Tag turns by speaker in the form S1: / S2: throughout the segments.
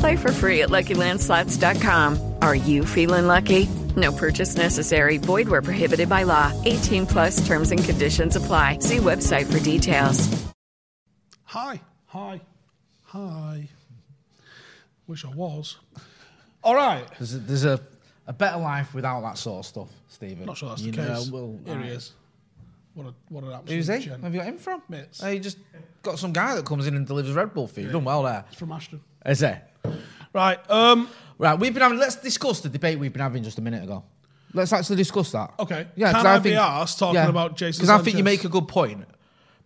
S1: Play for free at LuckyLandSlots.com. Are you feeling lucky? No purchase necessary. Void where prohibited by law. 18 plus terms and conditions apply. See website for details.
S2: Hi, hi, hi. Wish I was. All right.
S3: There's a, there's a, a better life without that sort of stuff, Stephen.
S2: Not sure that's
S3: You
S2: the
S3: know,
S2: case.
S3: well,
S2: Here he
S3: right.
S2: is. What, a, what an absolute
S3: Who's he? Where
S2: gent.
S3: have you got him from?
S2: Mitts.
S3: Oh, you just got some guy that comes in and delivers Red Bull for you. You've Done well there.
S2: It's from Ashton.
S3: Is it?
S2: Right. Um.
S3: Right, we've been having. Let's discuss the debate we've been having just a minute ago. Let's actually discuss that.
S2: Okay.
S3: Yeah. 'cause
S2: Can I be arsed talking about Jason
S3: Because I think
S2: Sanchez?
S3: you make a good point.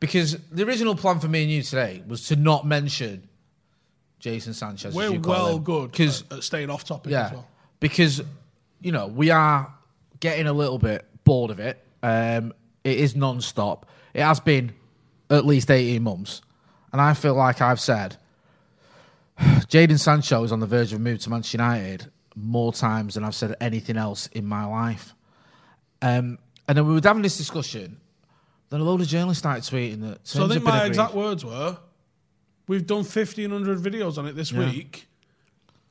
S3: Because the original plan for me and you today was to not mention Jason Sanchez.
S2: We're well good
S3: because
S2: at, at staying off topic
S3: yeah,
S2: as well.
S3: because you know we are getting a little bit bored of it. Um, it is non-stop. It has been at least eighteen months, and I feel like I've said Jaden Sancho is on the verge of a move to Manchester United more times than I've said anything else in my life. Um, and then we were having this discussion. Then a load of journalists started tweeting that.
S2: So I think
S3: terms have been
S2: my
S3: agreed.
S2: exact words were, "We've done fifteen hundred videos on it this
S3: Yeah.
S2: week.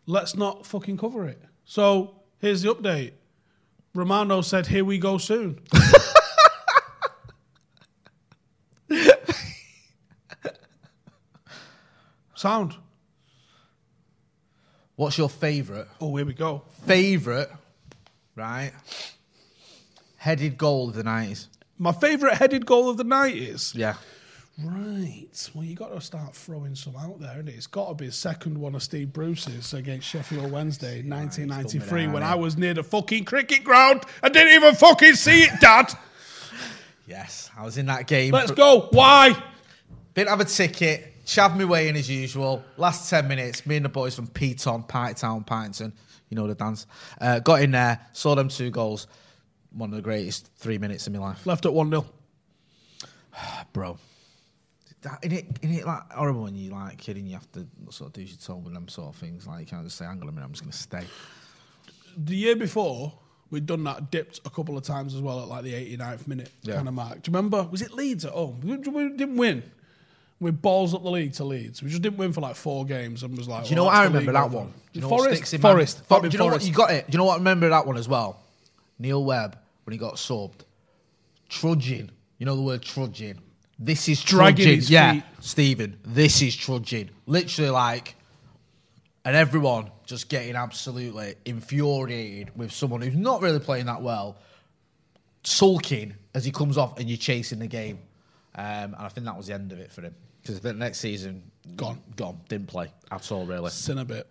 S2: Let's not fucking cover it." So here's the update. Romano said, "Here we go soon." Sound.
S3: What's your favourite?
S2: Oh, here we go.
S3: Favourite, right? Headed goal of the 90s.
S2: My favourite headed goal of the night is
S3: Yeah.
S2: right. Well, you got to start throwing some out there, and it? has got to be the second one of Steve Bruce's against Sheffield Wednesday, in 1993, when I was near the fucking cricket ground. I didn't even fucking see it, Dad.
S3: Yes, I was in that game.
S2: Let's go. Why?
S3: Didn't have a ticket. Chav me way in as usual. Last 10 minutes, me and the boys from Peton, Pike Town, Piketon, you know the dance. Uh, got in there, saw them two goals. One of the greatest three minutes of my life.
S2: Left at one 0
S3: bro. That, in it, in it, like horrible when you like kidding, you have to sort of do your tone with them sort of things. Like you can't just say, "Hang on a minute, I'm just gonna stay."
S2: The year before, we'd done that, dipped a couple of times as well at like the 89th minute
S3: Yeah.
S2: kind of mark. Do you remember? Was it Leeds at home? We, we didn't win. We balls up the league to Leeds. We just didn't win for like four games and was like.
S3: Do you know
S2: well,
S3: what I
S2: that's the
S3: remember
S2: league
S3: that
S2: over.
S3: one? Do you know what sticks
S2: Forest,
S3: in my-
S2: Forest,
S3: For-
S2: Fabian
S3: do you know what
S2: Forest.
S3: you got it? Do you know what I remember that one as well? Neil Webb when he got subbed, trudging. You know the word trudging. This is
S2: Dragging
S3: trudging.
S2: his
S3: yeah,
S2: feet.
S3: Stephen. This is trudging. Literally like, and everyone just getting absolutely infuriated with someone who's not really playing that well, sulking as he comes off, and you're chasing the game. Um, and I think that was the end of it for him because the next season
S2: Gone.
S3: gone, didn't play at all really.
S2: sin a bit.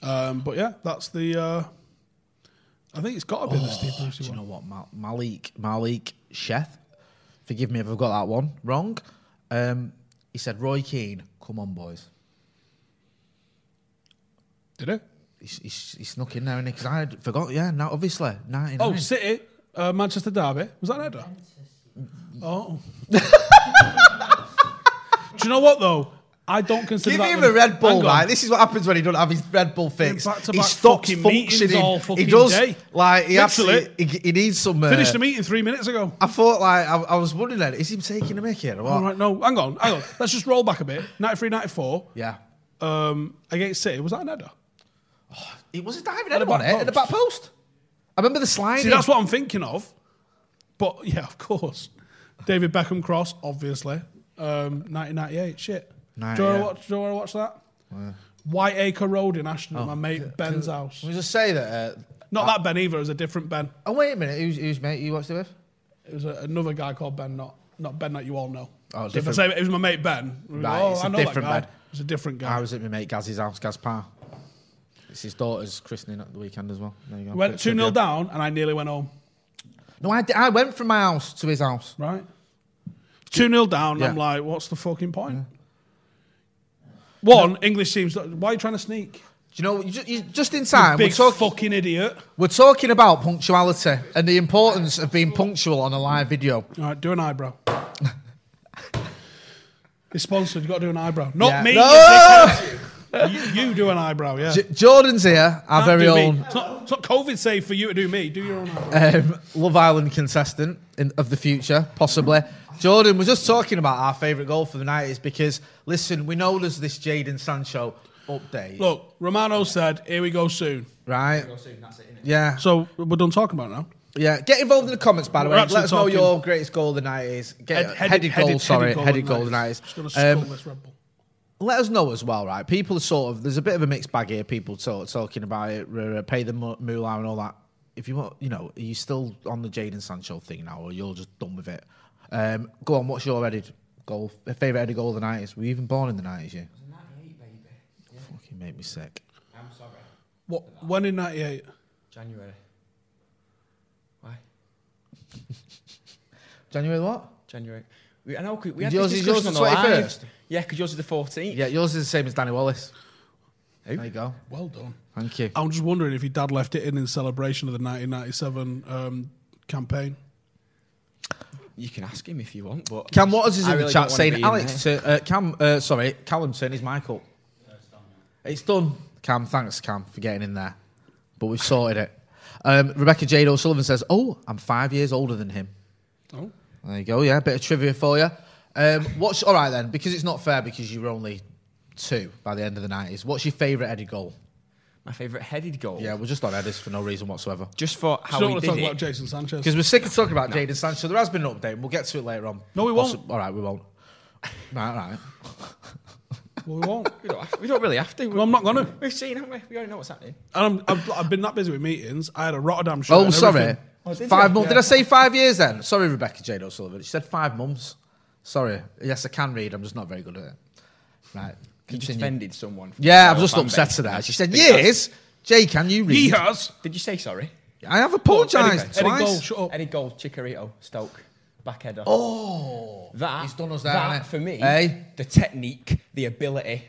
S2: Um, but yeah, that's the. Uh, I think it's got to be the Steve Bruce
S3: Do you
S2: one.
S3: know what? Mal- Malik Malik Chef, forgive me if I've got that one wrong. Um, he said, Roy Keane, come on, boys.
S2: Did it?
S3: He, s- he, s- he snuck in there, and because I had forgot, yeah, now obviously. 99.
S2: Oh, City, uh, Manchester Derby. Was that an header? Oh. Do you know what though? I don't consider
S3: Give
S2: that.
S3: him
S2: one-
S3: a Red
S2: Hang
S3: Bull,
S2: on.
S3: man. This is what happens when he don't have his Red Bull fix.
S2: back-to-back
S3: He stops
S2: fucking meetings
S3: functioning.
S2: all
S3: he
S2: fucking
S3: does
S2: day.
S3: like he
S2: Literally.
S3: absolutely. He, he needs some. Uh,
S2: Finished the meeting three minutes ago.
S3: I thought like I, I was wondering then, is he taking a mick here or what?
S2: All right, no, hang on, hang on. Let's just roll back a bit. 93, 94,
S3: Yeah.
S2: um, against City. Was that an header?
S3: It was a diving
S2: At
S3: header
S2: the
S3: on
S2: back
S3: it at the back
S2: post.
S3: post. I remember the slide.
S2: See, that's what I'm thinking of. But yeah, of course. David Beckham cross, obviously. Um, 1998, shit.
S3: Nah,
S2: do, you
S3: yeah.
S2: wanna watch, do you wanna watch that? Whiteacre Road in Ashton,
S3: Oh,
S2: at my mate Ben's house.
S3: Let me just say that. Uh,
S2: Not that Ben either, it was a different Ben.
S3: oh wait a minute, who's, who's mate you watched it with?
S2: It was a, another guy called Ben, not not Ben that you all know. so
S3: Oh,
S2: if I
S3: different-
S2: say it was my mate Ben, we go,
S3: Right,
S2: oh,
S3: it's
S2: I
S3: a
S2: know
S3: different
S2: that guy.
S3: Ben.
S2: It's a different guy.
S4: I was at my mate Gaz's house, Gazpa. It's his daughter's christening at the weekend as well. There you go.
S2: Went
S4: Bit of
S2: 2 0
S4: trivia.
S2: down and I nearly went home,
S4: No, I, di- I went from my house to his house.
S2: right? 2 0 down,
S4: Yeah.
S2: I'm like, what's the fucking point? One, English teams, why are you trying to sneak?
S3: Do you know? You just, you, just in time.
S2: Big
S3: we're, talk-
S2: fucking idiot.
S3: we're talking about punctuality and the importance of being punctual on a live video.
S2: All right, do an eyebrow. it's sponsored. You've got to do an eyebrow. Not
S3: Yeah.
S2: me.
S3: No!
S2: You, dickhead. You- you do an eyebrow, yeah.
S3: J- Jordan's here, our
S2: Can't
S3: very
S2: do me.
S3: own
S2: It's not, it's not COVID safe for you to do me. Do your own eyebrow.
S3: um, Love Island contestant in, of the future, possibly. Jordan, we're just talking about our favourite goal for the night is because, listen, we know there's this Jaden Sancho update,
S2: Look, Romano said, here we go soon.
S3: right? Yeah,
S2: So we're done talking about it now.
S3: yeah. Get involved in the comments, by the
S2: We're
S3: way.
S2: actually
S3: Let us know
S2: talking-
S3: your greatest goal of the night is. Get,
S2: Head-
S3: headed, goal, sorry. Headed, goal of the night is.
S2: Just going to
S3: Um,
S2: scull this Red Bull.
S3: let us know as well, right? People are sort of there's a bit of a mixed bag here. People talk, talking about it, r- r- pay the mu- moolah and all that. If you want, you know, are you still on the Jaden Sancho thing now, or you're just done with it? Um, go on, what's your headed goal? Favorite headed goal of the nineties? Were you even born in the nineties? You fucking make me sick.
S2: What, when in 98?
S5: January. Why?
S3: January what?
S5: January. We, I know, 'cause we had
S3: Yours
S5: this
S3: is- yours
S5: discussion
S3: is
S5: on the
S3: 21st?
S5: live. Yeah, because yours is the 14th.
S3: Yeah, yours is the same as Danny Wallace. There you go.
S2: Well done.
S3: Thank you.
S2: I'm just wondering if your dad left it in in celebration of the 1997 um, campaign.
S5: You can ask him if you want, but
S3: Cam Waters is
S5: I
S3: in the
S5: really
S3: chat
S5: don't wanna be
S3: saying
S5: in
S3: Alex,
S5: there.
S3: tu- uh, Cam, uh, sorry, Callum, turn his mic up. It's done. Cam, thanks, Cam, for getting in there. But we've sorted it. Um, Rebecca Jade O'Sullivan says, Oh, I'm five years older than him.
S2: Oh.
S3: There you go, yeah, bit of trivia for you. Um, what's, all right then, because it's not fair because you were only two by the end of the 90s. What's your favourite Eddie goal?
S5: my favourite headed goal.
S3: Yeah, we're just on Eddie's for no reason whatsoever.
S5: Just for how
S2: Still
S5: we
S2: want to
S5: did
S2: talk
S5: it.
S2: about Jason Sanchez.
S3: Because we're sick of talking about Jaden Sancho. There has been an update, and we'll get to it later on.
S2: No, we won't.
S3: Possi- all right, we won't. Right, all right.
S2: Well, we won't.
S5: we, don't have- we don't really have to.
S2: Well, I'm not gonna.
S5: We've seen, haven't we? We already know what's happening.
S2: And I'm, I've, I've been that busy with meetings. I had a Rotterdam show.
S3: Oh,
S2: and
S3: sorry.
S2: everything.
S3: Five months. Did I say five years then? Sorry, Rebecca Jade O'Sullivan. She said five months. Sorry. Yes, I can read. I'm just not very good at it. Right.
S5: You just
S3: Continue.
S5: offended someone. from
S3: Yeah,
S5: the
S3: I'm just
S5: fan
S3: upset
S5: base.
S3: today. She said,
S5: Big fan.
S3: years? Jay, can you
S2: He
S3: read?
S2: has.
S5: Did you say sorry?
S3: I have
S5: Eddie-
S3: apologised
S5: Eddie
S2: Eddie Goal,
S3: twice.
S2: shut up.
S5: Eddie goal, Chikorito, Stoke, back header. Oh, that
S3: he's done us there,
S5: That
S3: hasn't he?
S5: for me,
S3: Eh?
S5: the technique, the ability.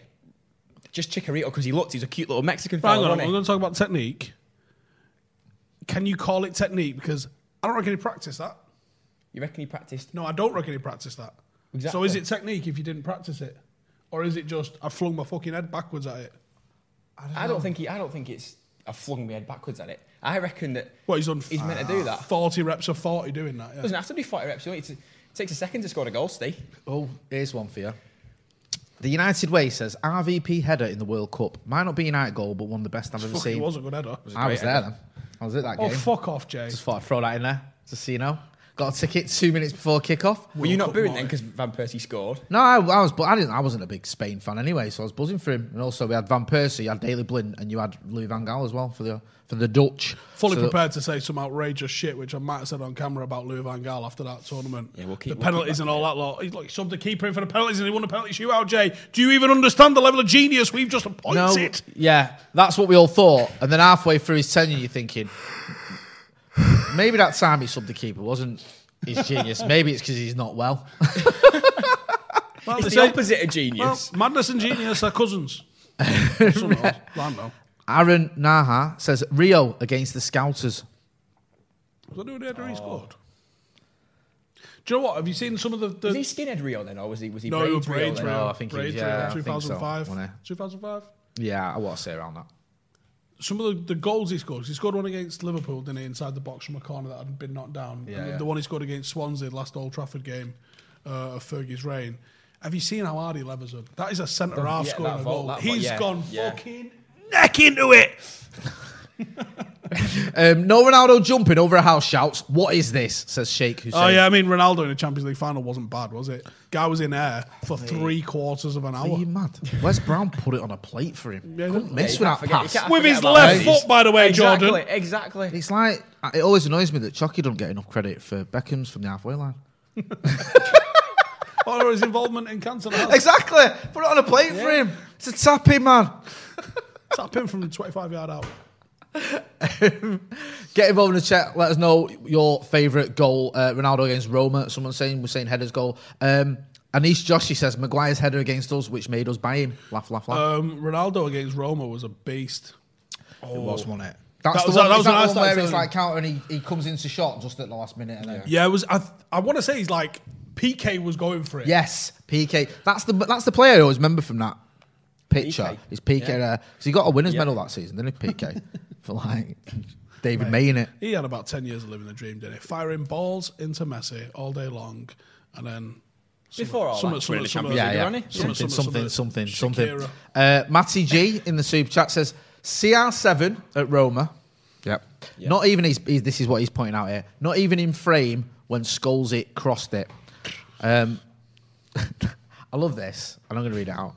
S5: Just Chikorito because he looked. He's a cute little Mexican
S2: Hang
S5: fella,
S2: on,
S5: wasn't
S2: I'm
S5: he?
S2: going to talk about technique. Can you call it technique? Because I don't reckon he practiced that.
S5: You reckon he practiced?
S2: No, I don't reckon he practiced that. So
S5: Exactly.
S2: is it technique if you didn't practice it? Or is it just I flung my fucking head backwards at it?
S5: I don't think he. I don't think it's. I flung my head backwards at it. I reckon that.
S2: Well, he's done
S5: He's meant to
S3: Ah.
S5: do that.
S2: 40 reps of 40 doing that. Yeah.
S5: Doesn't have to be fighter reps. You know, it's, it takes a second to score a goal, Steve.
S3: Oh, here's one for you. The United Way says RVP header in the World Cup. Might not be United goal, but one of the best I've ever
S2: Fuck, he
S3: seen.
S2: was a good header.
S3: I was there then. I was at that
S2: Oh,
S3: game.
S2: fuck off, Jay.
S3: Just thought I'd throw that in there, just so you know. Got a ticket two minutes before kickoff.
S5: Were you not
S2: Cup
S5: booing
S2: night.
S5: then because Van Persie scored?
S3: No, I, I was, but I didn't. I wasn't a big Spain fan anyway, so I was buzzing for him. And also, we had Van Persie, you had Daley Blind, and you had Louis Van Gaal as well for the for the Dutch.
S2: Fully
S3: So-
S2: prepared to say some outrageous shit, which I might have said on camera about Louis Van Gaal after that tournament.
S5: Yeah, we'll keep-
S2: the
S5: we'll keep
S2: penalties
S5: that
S2: and all that lot. He's like, he subbed the keeper in for the penalties and he won the penalty shootout, Jay. Do you even understand the level of genius we've just
S3: No,
S2: appointed?
S3: yeah, that's what we all thought. And then halfway through his tenure, you're thinking maybe that time he subbed the keeper wasn't his genius. maybe it's because he's not well.
S2: Well,
S5: It's
S2: they
S5: the
S2: say-
S5: opposite of genius.
S2: Well, madness and genius are cousins. Somehow. I don't know.
S3: Aaron Naha says Rio against the Scouters.
S5: Oh.
S2: Was I doing the header he scored? Do you know what? Have you seen some of the? the
S5: Was he skinhead Rio then, or was he was he
S2: no,
S5: braids,
S2: it was Braids
S5: Rio?
S2: Rio.
S5: Then?
S3: Oh, I think he was-
S2: Braids
S3: yeah,
S2: Rio,
S3: I think so,
S2: 2005.
S3: wasn't
S2: 2005.
S3: Yeah, I want to say around that.
S2: Some of the, the goals he scored. He scored one against Liverpool, didn't he? Inside the box from a corner that had been knocked down.
S3: Yeah,
S2: and
S3: yeah.
S2: The one he scored against Swansea last Old Trafford game uh, of Fergie's reign. Have you seen how hard he levers up? That is a centre half
S5: yeah,
S2: scoring
S5: that
S2: a goal.
S5: vault, that
S2: He's
S5: vault, yeah,
S2: gone
S5: yeah.
S2: fucking.
S3: Neck into it. um, no Ronaldo jumping over a house shouts. What is this? Says Sheikh Hussein.
S2: Oh yeah, I mean Ronaldo in the Champions League final wasn't bad, was it? Guy was in air for three quarters of an
S3: Are
S2: hour.
S3: you mad? Wes Brown put it on a plate for him.
S2: Yeah,
S3: Couldn't
S2: yeah,
S3: mess
S5: You can't
S3: with
S5: forget-
S3: that pass.
S5: you can't
S2: With
S5: forget
S2: his
S5: about
S2: left
S5: Braids.
S2: foot, by the way,
S5: exactly,
S2: Jordan.
S5: Exactly.
S3: It's like uh, it always annoys me that Chucky don't get enough credit for Beckham's from the halfway line.
S2: Oh, or his involvement in cancer.
S3: Exactly. Put it on a plate for him. It's a tapping man.
S2: Tap him from 25 yard out.
S3: Get involved in the chat. Let us know your favourite goal. Uh, Ronaldo against Roma. Someone's saying we're saying headers goal. Um, Anish Joshi says Maguire's header against us, which made us buy him. Laugh, laugh, laugh.
S2: Um, Ronaldo against Roma was a beast.
S3: it was one it. That's
S2: Oh. That
S3: the
S2: was-
S3: one,
S2: that was
S3: is that
S2: when I
S3: one
S2: started
S3: where it's
S2: feeling-
S3: like counter and he, he comes into shot just at the last minute. And then,
S2: Yeah, it was. I, I want to say he's like PK was going for it.
S3: Yes, PK. That's the that's the player I always remember from that picture.
S5: PK.
S3: It's PK there. uh, 'Cause he got a winner's
S5: Yeah.
S3: medal that season, didn't he, PK? For like David May in it.
S2: he had about 10 years of living the dream, didn't he? Firing balls into Messi all day long, and then
S5: Before all that, we're in the Champions
S3: Yeah,
S5: League,
S3: yeah.
S5: aren't we?
S3: Something, something, something, something.
S2: Shakira.
S3: Uh, Matty G in the super chat says CR7 at Roma. Yep. Not even he's, he's, this is what he's pointing out here. Not even in frame when Skulls it crossed it. Um, I love this, and I'm going to read it out.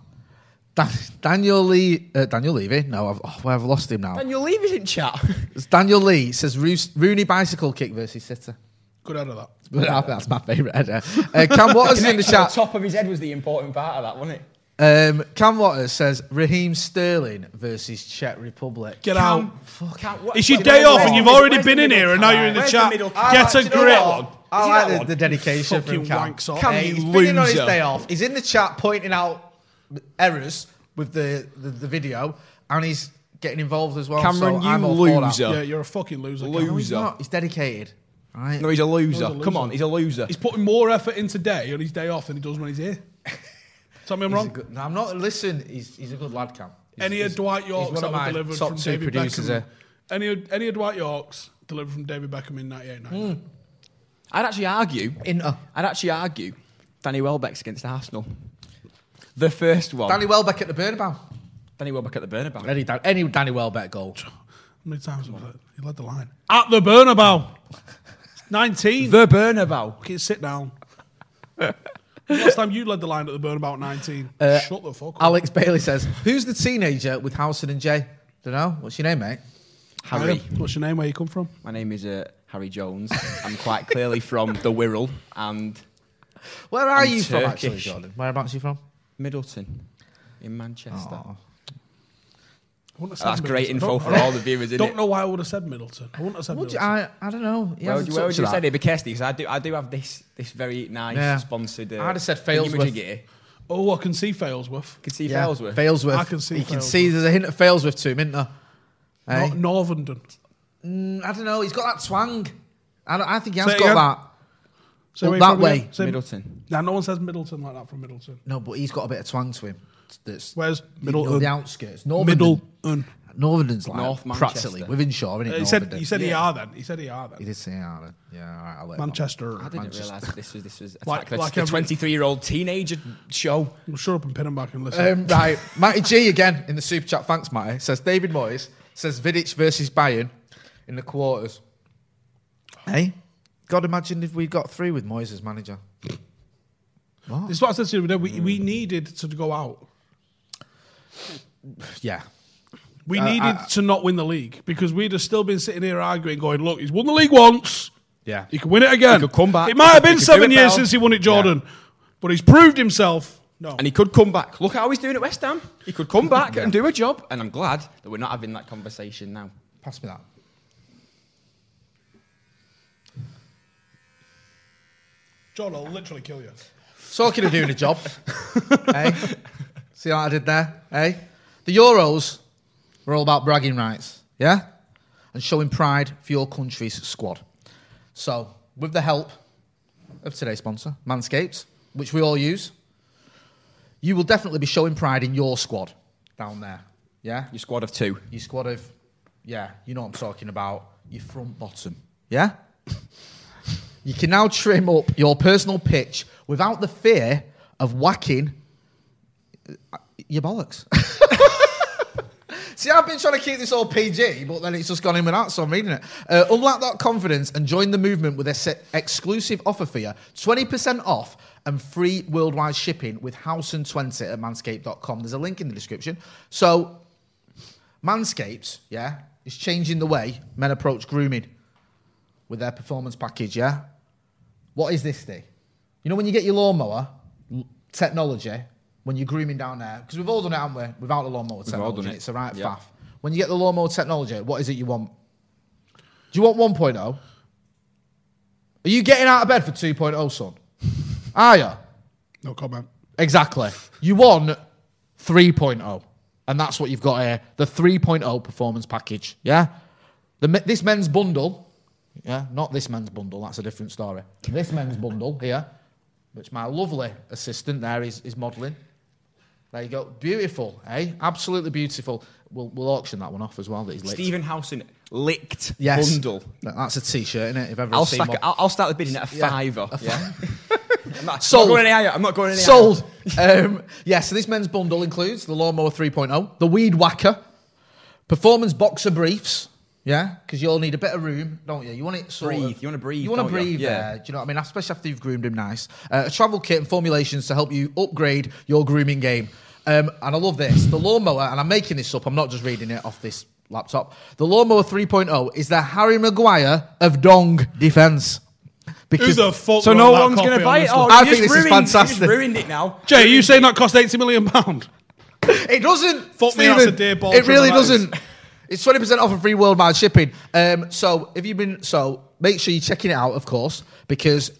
S3: Dan- Daniel Lee, uh, Daniel Levy. No, I've, oh, I've lost him now.
S5: And you'll leave it in chat.
S3: It's Daniel Lee says Roos- Rooney bicycle kick versus sitter.
S2: Good out of that.
S3: That's my favourite header. Uh, Cam Waters is in the
S5: The
S3: chat.
S5: top of his head was the important part of that, wasn't it?
S3: Um, Cam Waters says Raheem Sterling versus Czech Republic.
S2: Get out.
S5: Fuck. Can't, what,
S2: It's your
S5: what-
S2: day
S5: where's
S2: off
S5: the
S2: and you've
S5: middle-
S2: already
S5: where's the
S2: been in
S5: middle
S2: here and now
S5: card?
S2: you're in the
S5: Where's
S2: chat.
S5: middle
S2: Get
S5: card?
S2: a
S5: Do you know
S2: grip.
S5: what?
S3: I
S5: Is he that
S3: like the,
S5: one?
S3: the dedication
S2: Fucking
S3: from Cam.
S2: wanks off.
S3: Cam,
S2: Hey,
S3: he's been on his
S2: loser.
S3: day off. He's in the chat pointing out errors with the, the, the video, and he's getting involved as well.
S5: Cameron,
S3: so I'm
S5: you
S3: all for that.
S5: loser.
S2: Yeah, you're a fucking loser.
S5: Loser.
S3: No,
S2: Cam.
S3: he's not. He's dedicated. Right?
S5: No, he's a loser.
S2: He's a
S5: Come on,
S2: loser.
S5: he's a loser.
S2: He's putting more effort in today on his day off than he does when he's here. Tell me I'm
S3: He's a
S2: wrong.
S3: good- no, I'm not. Listen, he's he's a good lad, Cam. He's-
S2: Any
S3: he's-
S2: of Dwight Yorks
S3: he's one
S2: that
S3: of
S2: were
S3: my
S2: delivered
S3: top
S2: from
S3: two
S2: David
S3: producers.
S5: uh,
S2: Beckham.
S3: here.
S2: Any of, any of Dwight Yorks delivered from David Beckham in 98 99.
S5: I'd actually argue.
S3: Inter.
S5: I'd actually argue. Danny Welbeck's against Arsenal. The first one.
S3: Danny Welbeck at the Bernabeu.
S5: Danny Welbeck at the Burnabout.
S3: Any, Dan- any Danny Welbeck goal.
S2: How many times was it? He led the line. At the Bernabeu. 19.
S5: The Bernabeu.
S2: Fucking sit down. Last time you led the line at the Burnabout 19.
S5: Uh,
S2: Shut the fuck up.
S3: Alex Bailey says, "Who's the teenager with Howson and Jay?" Don't know. What's your name, mate?
S5: Harry.
S2: What's your name? Where you come from?
S5: My name is uh, Harry Jones. I'm quite clearly from the Wirral and
S3: Where are
S5: I'm
S3: you from, actually,
S5: Turkish.
S3: Jordan? Whereabouts are you from?
S5: Middleton in Manchester.
S2: I wouldn't have said
S5: That's great
S2: Middleton.
S5: info
S2: Don't-
S5: for all the viewers, isn't
S2: Don't
S5: it?
S2: know why I would have said Middleton. I wouldn't have said
S3: Would you,
S2: Middleton.
S3: I, I don't know. He
S5: Where would
S3: hasn't
S5: you, where would
S3: touched
S5: you
S3: that.
S5: say it? Because I do, I do have this, this very nice
S3: Yeah.
S5: sponsored. Uh,
S3: I'd have said Failsworth.
S5: thingamajig here.
S2: oh, I can see Failsworth.
S5: Could see
S3: Yeah.
S5: Failsworth.
S3: Failsworth.
S2: I can see
S3: You can
S2: Failsworth.
S3: see there's a hint of Failsworth to him, isn't there? Eh?
S2: Not Northenden.
S3: I don't know. He's got that twang. I, don't, I think he
S2: Say
S3: has
S2: it
S3: got
S2: again.
S3: that.
S2: So
S3: Well,
S2: where you
S3: that
S2: from again?
S3: way.
S2: Say-
S5: Middleton.
S2: Nah, no one says Middleton like that from Middleton.
S3: No, but he's got a bit of twang to him. That's
S2: Where's
S3: you know,
S2: Middleton?
S3: the outskirts. Northern.
S2: Middleton.
S3: Northern's like
S5: North Manchester.
S3: practically within Shaw, isn't it?
S2: He said,
S3: Northern?
S2: he said he
S5: Yeah.
S2: are then. He said he are
S3: He
S2: then.
S3: did say, yeah, all right. yeah, all right, I'll let him on.
S2: Manchester.
S5: I didn't realise that this was this was
S2: Like-
S5: attack. Like,
S2: like
S5: the
S2: every-
S5: 23 year old teenager show.
S2: Well, shut up and pin him back and listen.
S3: Um, right, Matty G again in the super chat. Thanks, Matty. Says David Moyes says Vidic versus Bayern in the quarters. Hey, God, imagine if we got three with Moyes as manager.
S2: this is what I said to you. We,
S5: Mm.
S2: we needed to go out.
S3: Yeah,
S5: Uh,
S2: We needed to not win the league because we'd have still been sitting here arguing, going, look, he's won the league once.
S3: yeah.
S2: He could win it again.
S5: He could come back.
S2: It might have been
S5: He could
S2: seven
S5: do it
S2: years
S5: now.
S2: since he won it, Jordan. But he's proved himself. No.
S5: And he could come back. Look at how he's doing at West Ham. He could come back and do a job. And I'm glad that we're not having that conversation now.
S3: Pass me that.
S2: Jordan will literally kill you.
S3: Talking of doing a job, hey, see how I did there, hey. The Euros were all about bragging rights, yeah, and showing pride for your country's squad. So, with the help of today's sponsor, Manscapes, which we all use, you will definitely be showing pride in your squad down there. Yeah?
S5: Your squad of two.
S3: Your squad of, yeah, you know what I'm talking about. Your front bottom. Yeah? you can now trim up your personal pitch without the fear of whacking uh, your bollocks. See, I've been trying to keep this all PG, but then it's just gone in without, so I'm reading it. Uh, unlock that confidence and join the movement with this exclusive offer for you 20% off and free worldwide shipping with House and 20 at manscaped.com. There's a link in the description. So, Manscapes, yeah, is changing the way men approach grooming with their performance package, yeah? What is this thing? You know, when you get your lawnmower l- technology, when you're grooming down there, because we've all done it, haven't we? Without the lawnmower
S5: all
S3: technology,
S5: done it.
S3: it's a right
S5: Yeah.
S3: faff. When you get the lawnmower technology, what is it you want? Do you want 1.0? Are you getting out of bed for 2.0, son? Are you?
S2: No comment.
S3: Exactly. You want 3.0. And that's what you've got here the 3.0 performance package. Yeah? The, me- this men's bundle, yeah, not this men's bundle, that's a different story. This men's bundle here, which my lovely assistant there is, is modelling. There you go. Beautiful, eh? Absolutely beautiful. We'll, we'll auction that one off as well. That he's licked.
S5: Stephen Housen licked
S3: Yes.
S5: bundle.
S3: That's a t shirt, innit? If ever
S5: I'll,
S3: I've seen
S5: stack
S3: one.
S5: it- I'll, I'll start the bidding at a
S3: Yeah.
S5: fiver. Yeah. I'm, not,
S3: Sold.
S5: I'm not going any higher. I'm not going any higher.
S3: Sold. um, yeah, so this men's bundle includes the Lawnmower 3.0, the Weed Whacker, Performance Boxer Briefs. Yeah, because you'll need a bit of room, don't you? You want it sort
S5: Breathe.
S3: of-
S5: You wanna breathe,
S3: You want to
S5: don't you?
S3: breathe
S5: Yeah.
S3: there. Do you know what I mean? Especially after you've groomed him nice. Uh, a travel kit and formulations to help you upgrade your grooming game. Um, and I love this. The lawnmower, and I'm making this up, I'm not just reading it off this laptop. The lawnmower 3.0 is the Harry Maguire of Dong defence.
S2: Who
S3: Because
S2: the fuck?
S5: So
S2: wrote
S5: no
S2: that
S5: one's
S2: copy
S5: going
S2: on
S5: to buy it.
S2: this
S5: Oh,
S2: one?
S3: I
S5: you
S3: think
S5: just
S3: this is
S5: ruined- You
S3: fantastic.
S5: just ruined it now.
S2: Jay, are you saying that cost eighty million pound?
S3: It doesn't.
S2: Fuck me, that's a dear ball
S3: It really
S2: from the Lions.
S3: doesn't. It's twenty percent off of free worldwide shipping. Um, so if you've been, so make sure you're checking it out, of course, because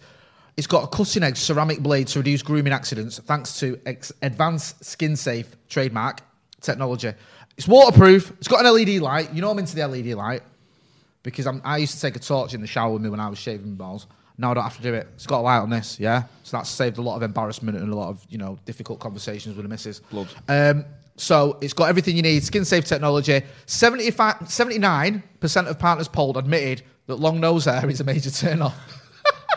S3: it's got a cutting edge ceramic blade to reduce grooming accidents, thanks to ex- advanced skin safe trademark technology. It's waterproof. It's got an LED light. You know I'm into the LED light because I'm, I used to take a torch in the shower with me when I was shaving balls. Now I don't have to do it. It's got a light on this, yeah. So that's saved a lot of embarrassment and a lot of you know difficult conversations with the missus. Blood. Um, so it's got everything you need. Skin safe technology. 79 percent of partners polled admitted that long nose hair is a major turn off.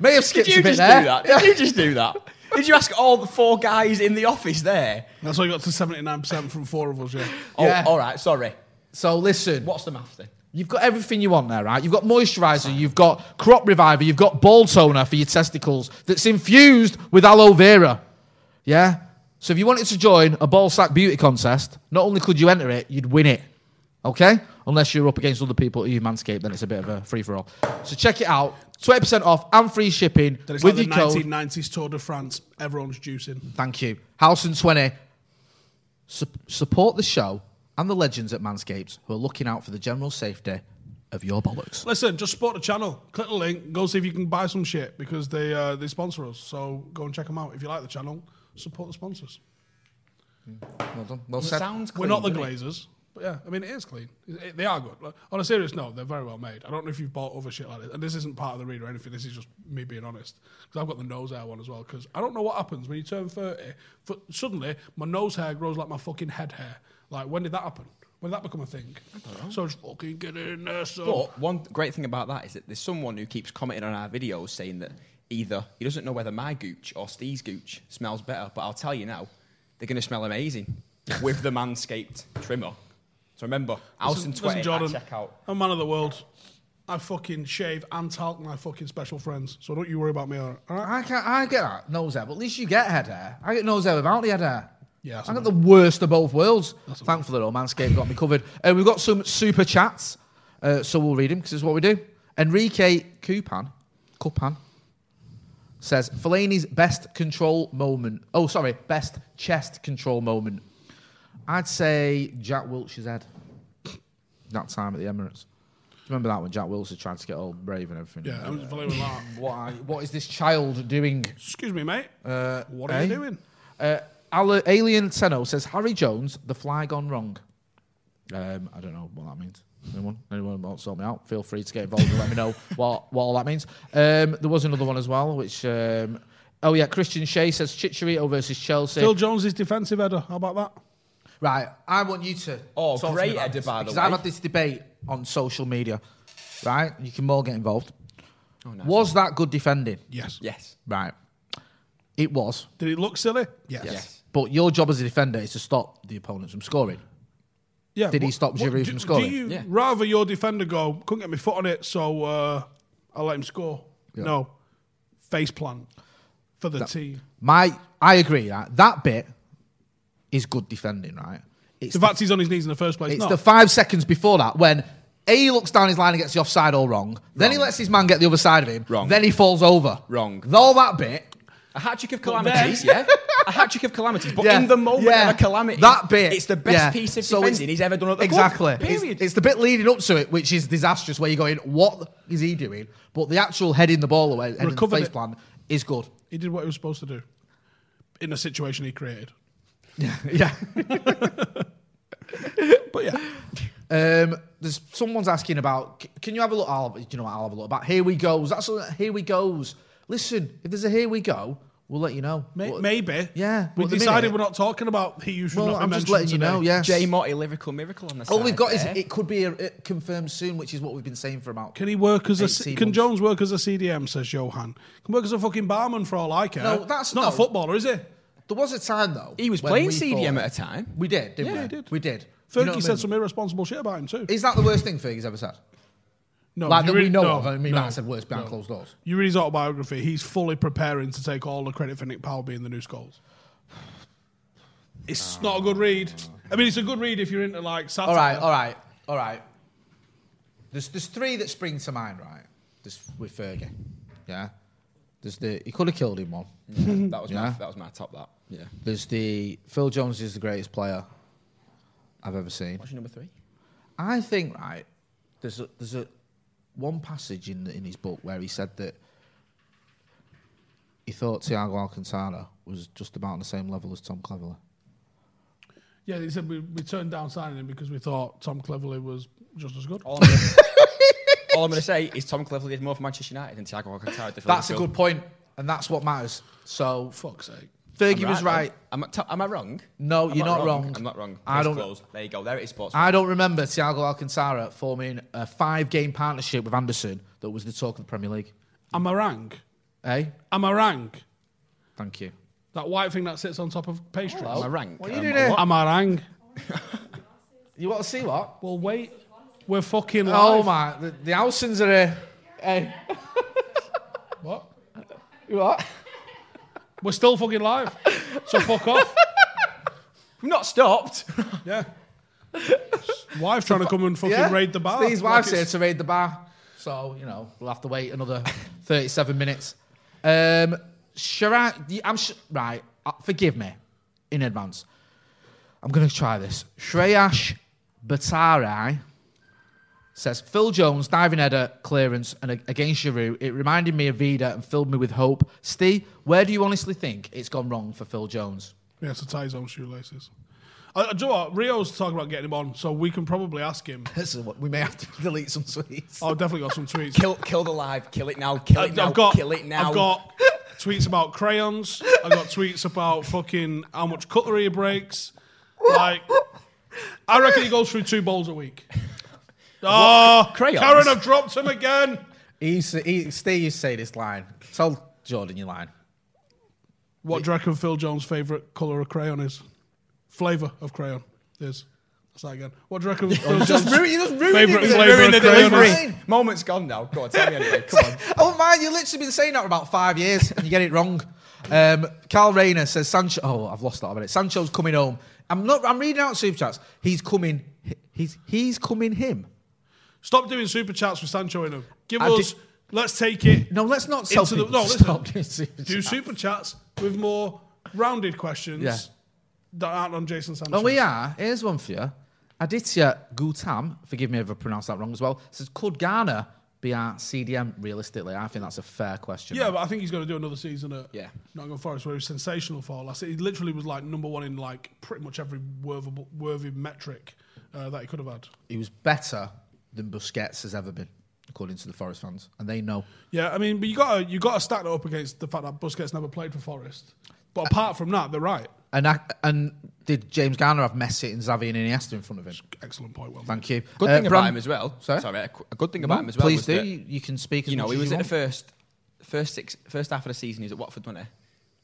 S3: May have
S5: Did
S3: skipped
S5: you
S3: a bit
S5: just
S3: there.
S5: do that?
S3: Yeah.
S5: Did you just do that? Did you ask all the four guys in the office there?
S2: That's why you got to seventy nine percent from four of us. Yeah.
S5: Oh,
S3: Yeah.
S5: all right. Sorry.
S3: So listen,
S5: What's the math then?
S3: You've got everything you want there, right? You've got moisturizer, you've got crop reviver, you've got ball toner for your testicles that's infused with aloe vera. Yeah? So if you wanted to join a ball sack beauty contest, not only could you enter it, you'd win it. Okay? Unless you're up against other people who you manscaped, then it's a bit of a free for all. So check it out. 20% off and free shipping
S2: Then
S3: with
S2: it's like the
S3: your code.
S2: nineteen nineties Tour de France. Everyone's juicing.
S3: Thank you. House and 20. Sup support the show and the legends at Manscapes who are looking out for the general safety of your bollocks.
S2: Listen, just support the channel. Click the link. Go see if you can buy some shit because they uh, they sponsor us. So go and check them out. If you like the channel, support the sponsors.
S3: Well done. Well said.
S2: We're not the Glazers, but yeah, I mean it is clean. It- it- they are good. Like, on a serious note, they're very well made. I don't know if you've bought other shit like this, and this isn't part of the read or anything. This is just me being honest because I've got the nose hair one as well. Because I don't know what happens when you turn thirty. For, suddenly, my nose hair grows like my fucking head hair. Like when did that happen? When did that become a thing? So just fucking get in there, so.
S5: But one great thing about that is that there's someone who keeps commenting on our videos saying that either he doesn't know whether my gooch or Steve's gooch smells better, but I'll tell you now, they're going to smell amazing with the manscaped trimmer. So remember, House and 20 at checkout.
S2: I'm a man of the world. I fucking shave and talk my fucking special friends. So don't you worry about me. All right?
S3: I can't, I get that nose hair, but at least you get head hair. I get nose hair without the head hair.
S2: Yeah, that's
S3: I got
S2: all
S3: the worst of both worlds. Thankfully, though, Manscaped got me covered. Uh, we've got some super chats, uh, so we'll read them because it's what we do. Enrique Cupan, Cupan says Fellaini's best control moment. Oh, sorry, best chest control moment. I'd say Jack Wilshere's head. That time at the Emirates. Do you remember that when Jack Wilshere tried to get all brave and everything?
S2: Yeah, I'm familiar with that.
S3: What, I- what is this child doing?
S2: Excuse me, mate. what are you
S3: eh?
S2: doing?
S3: Uh, Ale- Alien Seno says Harry Jones, the fly gone wrong. Um, I don't know what that means. Anyone, anyone who wants to sort me out, feel free to get involved and let me know what, what all that means. Um, there was another one as well, which. Um, oh, yeah, Christian Shea says Chicharito versus Chelsea.
S2: Phil Jones is defensive header. How about that?
S3: Right, I want you to.
S5: Oh,
S3: talk to me
S5: great
S3: about
S5: Eddie,
S3: this,
S5: by the
S3: Because
S5: way.
S3: I've had this debate on social media, right? You can all get involved. Was that good defending?
S2: Yes.
S5: Yes.
S3: Right. It was.
S2: Did it look silly? Yes.
S5: Yes.
S3: But your job as a defender is to stop the opponent from scoring.
S2: Yeah.
S3: Did he stop Giroud
S2: do-
S3: from scoring?
S2: Do you
S5: Yeah.
S2: rather your defender go, couldn't get my foot on it, so uh, I'll let him score? No. Face plant for the team.
S3: My, I agree that that bit is good defending, right? It's
S2: The fact he's on his knees in the first place.
S3: It's
S2: no.
S3: the five seconds before that when A looks down his line and gets the offside all wrong. Then he lets his man get the other side of him.
S5: Wrong.
S3: Then he falls over.
S5: Wrong.
S3: All that bit.
S5: A hat trick of calamities, yeah. A hat trick of calamities, but
S3: yeah,
S5: in the moment
S3: yeah,
S5: of a calamity,
S3: that bit.
S5: it's the best
S3: yeah.
S5: piece of
S3: So it's-
S5: defending he's ever done at the club,
S3: exactly. It's,
S5: period.
S3: it's the bit leading up to it which is disastrous, where you're going, "What is he doing?" But the actual heading the ball away, heading the
S2: Recovered
S3: face
S2: it.
S3: plan is good.
S2: he did what he was supposed to do in the situation he created.
S3: Yeah.
S2: But yeah,
S3: Um, there's someone's asking about. c- Can you have a look? I'll, you know, what, I'll have a look about. Here we goes. That's a, here we goes. Listen, if there's a here we go, we'll let you know.
S2: may-
S3: What-
S2: maybe.
S3: Yeah, but
S2: We
S3: at the
S2: decided
S3: minute-
S2: we're not talking about he you should
S3: Well,
S2: not be
S3: I'm just
S2: mentioned
S3: letting you
S2: today.
S3: know. Yes.
S5: J Marty lyrical miracle on the side.
S3: All we've got is
S5: there.
S3: it could be a, it confirmed soon, which is what we've been saying for about.
S2: Can he work as a?
S3: 18
S2: Can
S3: months.
S2: Jones work as a CDM? Says Johan. Can work as a fucking barman for all I care.
S3: No, that's-
S2: not
S3: no.
S2: a footballer, is he?
S3: There was a time though.
S5: He was
S3: when
S5: playing
S3: we
S5: CDM
S3: thought-
S5: at a time.
S3: We did, didn't
S2: Yeah,
S3: we?
S2: he did.
S3: We did.
S2: Fergie
S3: You know what I
S2: said
S3: mean?
S2: some irresponsible shit about him too.
S3: Is that the worst thing Fergie's ever said?
S2: no,
S3: like
S2: you
S3: that we
S2: read-
S3: know
S2: no,
S3: of. I mean,
S2: no,
S3: I said worst behind
S2: no.
S3: closed doors.
S2: You read his autobiography. He's fully preparing to take all the credit for Nick Powell being the new Scholes. It's not a good read. I mean, it's a good read if you're into like satire.
S3: All right, all right, all right. There's there's three that spring to mind, right? There's with Fergie, yeah. There's the he could have killed him one.
S5: That was my
S3: Yeah.
S5: that was my top that. Yeah.
S3: There's the Phil Jones is the greatest player I've ever seen.
S5: What's your number three?
S3: I think right. There's a, there's a one passage in in his book where he said that he thought Thiago Alcantara was just about on the same level as Tom Cleverley.
S2: Yeah, they said we, we turned down signing him because we thought Tom Cleverley was just as good.
S3: Oh,
S5: All I'm, gonna, all I'm gonna say is Tom Cleverley did more for Manchester United than Thiago Alcantara. did for
S3: That's a
S5: Liverpool.
S3: good point, and that's what matters. So
S2: Fuck's sake.
S3: Fergie
S5: I'm
S3: was
S5: though.
S3: right.
S5: Am I, t- am I wrong?
S3: No,
S5: I'm
S3: you're not wrong.
S5: I'm not wrong.
S3: I
S5: Case
S3: don't-
S5: Closed. There you go. There it is. Sports.
S3: I don't remember Thiago Alcantara forming a five-game partnership with Anderson that was the talk of the Premier League.
S2: Am I rank?
S3: Hey,
S2: Am I rank?
S3: thank you.
S2: That white thing that sits on top of pastries.
S5: Am I rank?
S3: What are you
S5: Um,
S3: doing here?
S2: Am I rank?
S3: You want to see what?
S2: Well, wait. We're fucking live.
S3: Oh my, the, the Alsons are eh, here. Hey,
S2: What?
S3: you what?
S2: We're still fucking live. So fuck off.
S5: We've not stopped.
S2: Yeah. Wife trying to come and fucking raid the bar.
S3: Steve's
S2: Like
S3: wife's here
S2: it's-
S3: to raid the bar, so you know we'll have to wait another thirty-seven minutes. Um, Sharan, y- I'm sh- right. Uh, forgive me in advance. I'm going to try this. Shreyash Batarai says Phil Jones diving header clearance and a- against Giroud. It reminded me of Vida and filled me with hope. Steve, where do you honestly think it's gone wrong for Phil Jones?
S2: Yeah, to tie his own shoelaces. Uh, do you know what? Rio's talking about getting him on, so we can probably ask him.
S3: Listen, we may have to delete some tweets. Uh,
S2: Oh, I've definitely got some tweets.
S5: Kill, kill the live. Kill it now. Kill it
S2: I've,
S5: now.
S2: I've got,
S5: kill it now.
S2: I've got tweets about crayons. I've got tweets about fucking how much cutlery he breaks. Like, I reckon he goes through two bowls a week. Oh,
S5: crayons?
S2: Karen, I've dropped him again.
S3: He used to, he, Steve used to say this line. Tell Jordan your line.
S2: What do you reckon Phil Jones' favourite colour of crayon is? Flavour of crayon is. That's that again. What do you reckon Phil Jones'
S3: ruin- you just ruined it
S2: favourite
S3: with it.
S2: flavour
S3: Ruined
S2: of
S3: the
S2: crayon
S3: delivery.
S2: is?
S5: Moment's gone now. Go on, tell me anyway. Come on.
S3: Oh man, you've literally been saying that for about five years and you get it wrong. Um, Carl Rayner says Sancho. Oh, I've lost that a minute. Sancho's coming home. I'm not. I'm reading out super chats. He's coming. He's he's coming. Him.
S2: Stop doing super chats with Sancho in them. Give
S3: I
S2: us,
S3: did-
S2: let's take it.
S3: No, let's not tell
S2: into the-
S3: people
S2: no,
S3: to
S2: listen.
S3: stop doing super
S2: do
S3: chats.
S2: super chats with more rounded questions
S3: Yeah.
S2: that aren't on Jason Sanchez.
S3: Oh, we are. Here's one for you. Aditya Gutam. Forgive me if I pronounced that wrong as well. Says could Ghana be our CDM realistically? I think that's a fair question.
S2: Yeah, but I think he's going to do another season at
S5: Yeah.
S2: Nottingham Forest where he was sensational for last. He literally was like number one in like pretty much every worthy, worthy metric uh, that he could have had.
S3: he was better than Busquets has ever been, according to the Forest fans, and they know.
S2: Yeah, I mean, but you got you got to stack that up against the fact that Busquets never played for Forest.
S3: Uh,
S2: But apart from that, they're right.
S3: And I, and did James Garner have Messi and Xavi and Iniesta in front of him?
S2: Excellent point. Well,
S3: Thank you.
S5: Good
S3: Uh,
S5: thing about
S3: Bram-
S5: him as well.
S3: Sorry?
S5: Sorry, a, qu- a good thing about
S3: No,
S5: him as well.
S3: Please
S5: was
S3: do.
S5: that,
S3: you, you can speak. As
S5: you know,
S3: much
S5: he
S3: as
S5: was
S3: you
S5: in the
S3: want.
S5: first first six first half of the season. He was at Watford, wasn't he?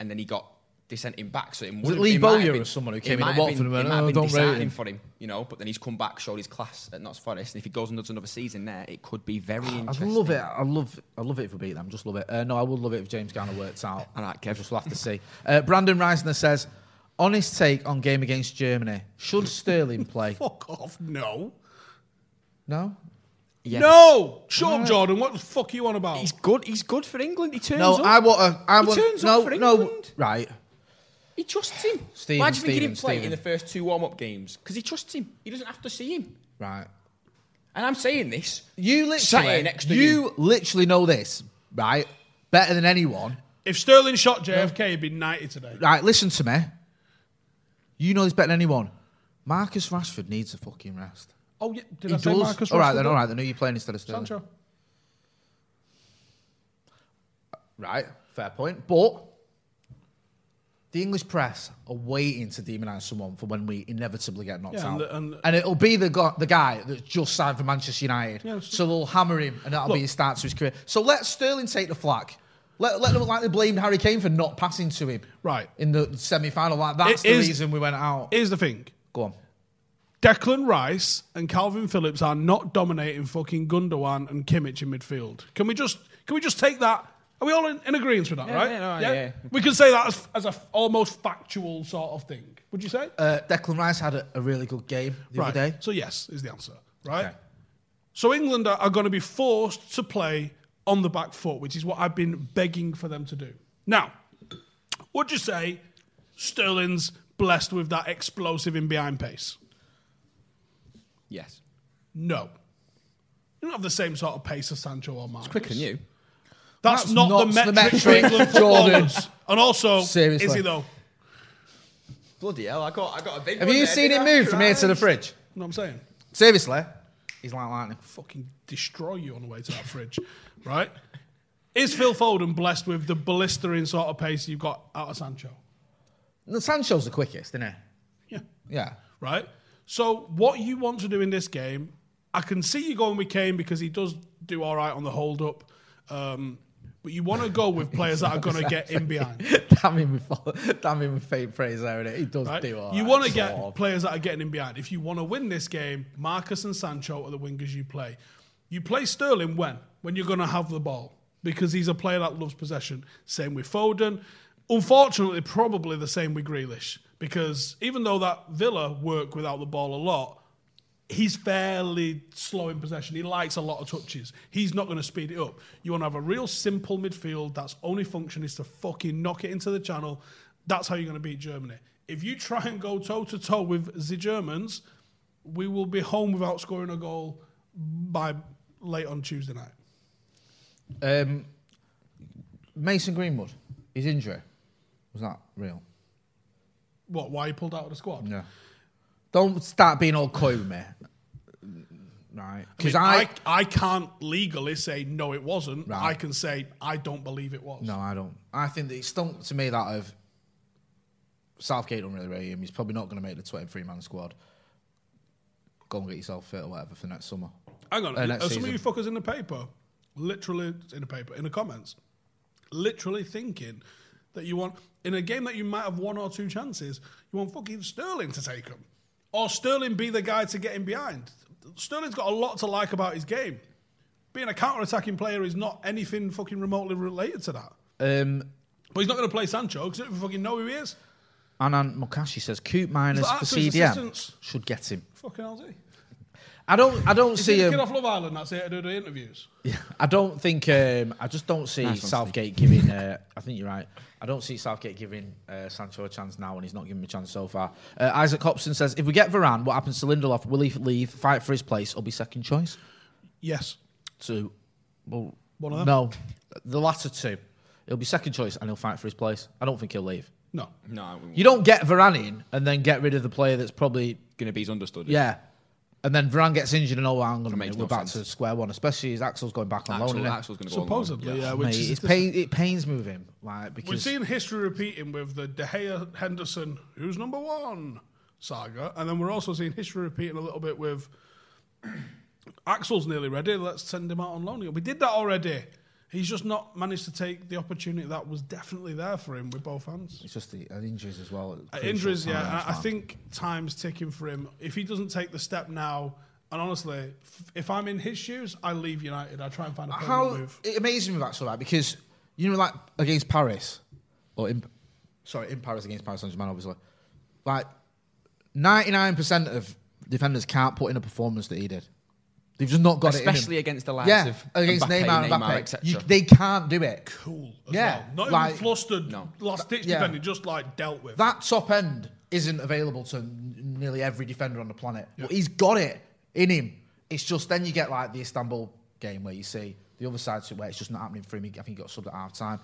S5: And then he got they sent him back. So it
S3: Was it
S5: would've-
S3: Lee
S5: might have
S3: Bowyer
S5: been-
S3: or someone who
S5: it
S3: came in
S5: might
S3: at
S5: have
S3: Watford
S5: been-
S3: and went,
S5: it might have
S3: "Oh,
S5: been
S3: don't rate
S5: disheartening
S3: him."
S5: for him, you know. But then he's come back, showed his class at Notts Forest, and if he goes and does another season there, it could be very
S3: I
S5: interesting.
S3: love it. I love. I love it if we beat them. Just love it. Uh, no, I would love it if James Garner works out.
S5: All right, Kev.
S3: Just we'll have to see. Uh, Brandon Reisner says, honest take on game against Germany. Should Sterling play?
S2: fuck off. No.
S3: no.
S5: Yeah.
S2: No! Shut
S3: Uh,
S2: up, Jordan. What the fuck are you on about?
S5: he's good. He's good for England. He turns
S3: No,
S5: up.
S3: I want. a- I
S5: He
S3: want.
S5: turns
S3: no,
S5: up for
S3: no.
S5: England.
S3: Right.
S5: He trusts him.
S3: Steven,
S5: Why do you think he
S3: Steven,
S5: didn't play
S3: Steven.
S5: in the first two warm-up games? Because he trusts him. He doesn't have to see him.
S3: Right.
S5: And I'm saying this.
S3: You
S5: sat here
S3: literally.
S5: next to
S3: you, literally know this, right? Better than anyone.
S2: if Sterling shot JFK, he'd be 90 today.
S3: Right. Listen to me. You know this better than anyone. Marcus Rashford needs a fucking rest.
S2: Oh, yeah. Did
S3: he
S2: I say
S3: does.
S2: Marcus
S3: all right
S2: Rashford
S3: then.
S2: did?
S3: All right then. Who are you playing instead of Sterling?
S2: Sancho.
S3: Right, fair point. But the English press are waiting to demonise someone for when we inevitably get knocked
S2: Yeah, and
S3: out.
S2: the- and-
S3: it'll be the, go- the guy that's just signed for Manchester United.
S2: Yeah,
S3: so,
S2: so-
S3: they'll hammer him and that'll
S2: Look-
S3: be his start to his career. So let Sterling take the flak. Let, let them like they blamed Harry Kane for not passing to him.
S2: Right.
S3: In the semi final. Like that's
S2: It
S3: the
S2: is-
S3: reason we went out.
S2: Here's the thing.
S3: go on.
S2: Declan Rice and Calvin Phillips are not dominating fucking Gundogan and Kimmich in midfield. Can we just can we just take that? Are we all in, in agreement with that, right?
S5: yeah, no, yeah.
S2: We can say that as, as a f- almost factual sort of thing. Would you say?
S3: Uh, Declan Rice had a, a really good game the
S2: right.
S3: other day.
S2: So yes is the answer, right?
S3: Okay.
S2: So England are, are going to be forced to play on the back foot, which is what I've been begging for them to do. Now, would you say Sterling's blessed with that explosive in behind pace?
S5: Yes.
S2: No. You don't have the same sort of pace as Sancho or Marcus.
S5: Quicker than you.
S2: That's,
S3: That's
S2: not,
S3: not
S2: the
S3: the
S2: metric for
S3: metric,
S2: England
S3: Jordan.
S2: footballers. And also, is
S3: Seriously.
S2: he though?
S5: Bloody hell! I got I got a big.
S3: Have
S5: one
S3: you
S5: there,
S3: seen it
S5: didn't I?
S3: move from here to the
S5: Christ.
S3: fridge?
S2: You know what I'm saying?
S3: Seriously? He's like lightning.
S2: Fucking destroy you on the way to that fridge, right? Is Phil Foden blessed with the blistering sort of pace you've got out of Sancho?
S3: No, Sancho's the quickest, isn't
S2: Yeah.
S3: he? Yeah.
S2: Right? So, what you want to do in this game, I can see you going with Kane because he does do all right on the hold up. Um, but you want to go with players that are going to get in behind.
S3: damn him with damn him with faint praise there, innit? He does
S2: Right?
S3: do all
S2: you
S3: right,
S2: want to
S3: sort
S2: get
S3: of.
S2: players that are getting in behind. If you want to win this game, Marcus and Sancho are the wingers you play. You play Sterling when? When you're going to have the ball because he's a player that loves possession. Same with Foden. Unfortunately, probably the same with Grealish because even though that Villa work without the ball a lot, he's fairly slow in possession. He likes a lot of touches. He's not going to speed it up. You want to have a real simple midfield that's only function is to fucking knock it into the channel. That's how you're going to beat Germany. If you try and go toe to toe with the Germans, we will be home without scoring a goal by late on Tuesday night.
S3: Um, Mason Greenwood, his injury was that real?
S2: What? Why he pulled out of the squad?
S3: No. Don't start being all coy with me, right? Because
S2: I,
S3: I,
S2: I can't legally say no, it wasn't.
S3: Right.
S2: I can say I don't believe it was.
S3: no, I don't. I think that it stunk to me that of Southgate don't really rate him. He's probably not going to make the twenty-three man squad. Go and get yourself fit or whatever for next summer.
S2: Hang on,
S3: Uh,
S2: are
S3: next
S2: some of
S3: season.
S2: you fuckers in the paper, literally in the paper, in the comments, literally thinking that you want in a game that you might have one or two chances, you want fucking Sterling to take them, or Sterling be the guy to get him behind. Sterling's got a lot to like about his game. Being a counter-attacking player is not anything fucking remotely related to that.
S3: Um,
S2: But he's not going to play Sancho because he don't fucking know who he is.
S3: Anand Mokashi says Coop minus
S2: He's
S3: for
S2: got access
S3: CDM
S2: assistance.
S3: should get him.
S2: Fucking hell's he?
S3: I don't. I don't
S2: See
S3: see
S2: the
S3: um,
S2: kid
S3: him.
S2: off Love Island that's here to do the interviews.
S3: I don't think. Um, I just don't see Southgate giving. Uh, I think you're right. I don't see Southgate giving uh, Sancho a chance now, and he's not giving him a chance so far. Uh, Isaac Hobson says, if we get Varane, what happens to Lindelof? Will he leave, fight for his place, or be second choice?
S2: Yes.
S3: So, well,
S2: One of them?
S3: No, the latter two. He'll be second choice, and he'll fight for his place. I don't think he'll leave.
S2: No.
S5: No,
S3: You don't get Varane in and then get rid of the player that's probably
S5: gonna be his understudy.
S3: yeah. And then Varane gets injured, and oh, I'm going to
S5: makes
S3: make we're
S5: no
S3: back
S5: sense.
S3: to square one, especially as Axel's going back on loan.
S5: Axel,
S3: isn't he?
S5: Axel's going to go on loan.
S2: Supposedly, yeah. which
S3: Mate,
S2: is
S3: it's
S2: dis-
S3: pain, it pains me with him, like
S2: We've
S3: because
S2: seen history repeating with the De Gea Henderson, who's number one saga, and then we're also seeing history repeating a little bit with Axel's nearly ready. Let's send him out on loan. We did that already. He's just not managed to take the opportunity that was definitely there for him with both hands.
S3: it's just the and injuries as well.
S2: Uh,
S3: Crucial
S2: injuries, yeah.
S3: times,
S2: I, I
S3: man.
S2: think time's ticking for him. If he doesn't take the step now, and honestly, f- if I'm in his shoes, I leave United. I try and find a permanent
S3: how
S2: move.
S3: it amazes me that's all right because you know like against Paris or in sorry in Paris against Paris Saint Germain obviously like ninety nine percent of defenders can't put in a performance that he did. They've just not got it, in 'em.
S5: Especially against the likes
S3: yeah,
S5: of
S3: against
S5: Mbappe,
S3: Neymar, and
S5: Neymar,
S3: Mbappe.
S5: etc..
S3: You- they can't do it.
S2: Cool. As
S3: Yeah,
S2: well. Not
S3: like-
S2: even flustered,
S5: No.
S2: last ditch
S3: Yeah.
S2: defending, just like dealt with.
S3: That top end isn't available to n- nearly every defender on the planet. But he's got it in him. It's just then you get like the Istanbul game where you see the other side to it where it's just not happening for him. He- I think he got subbed at half time.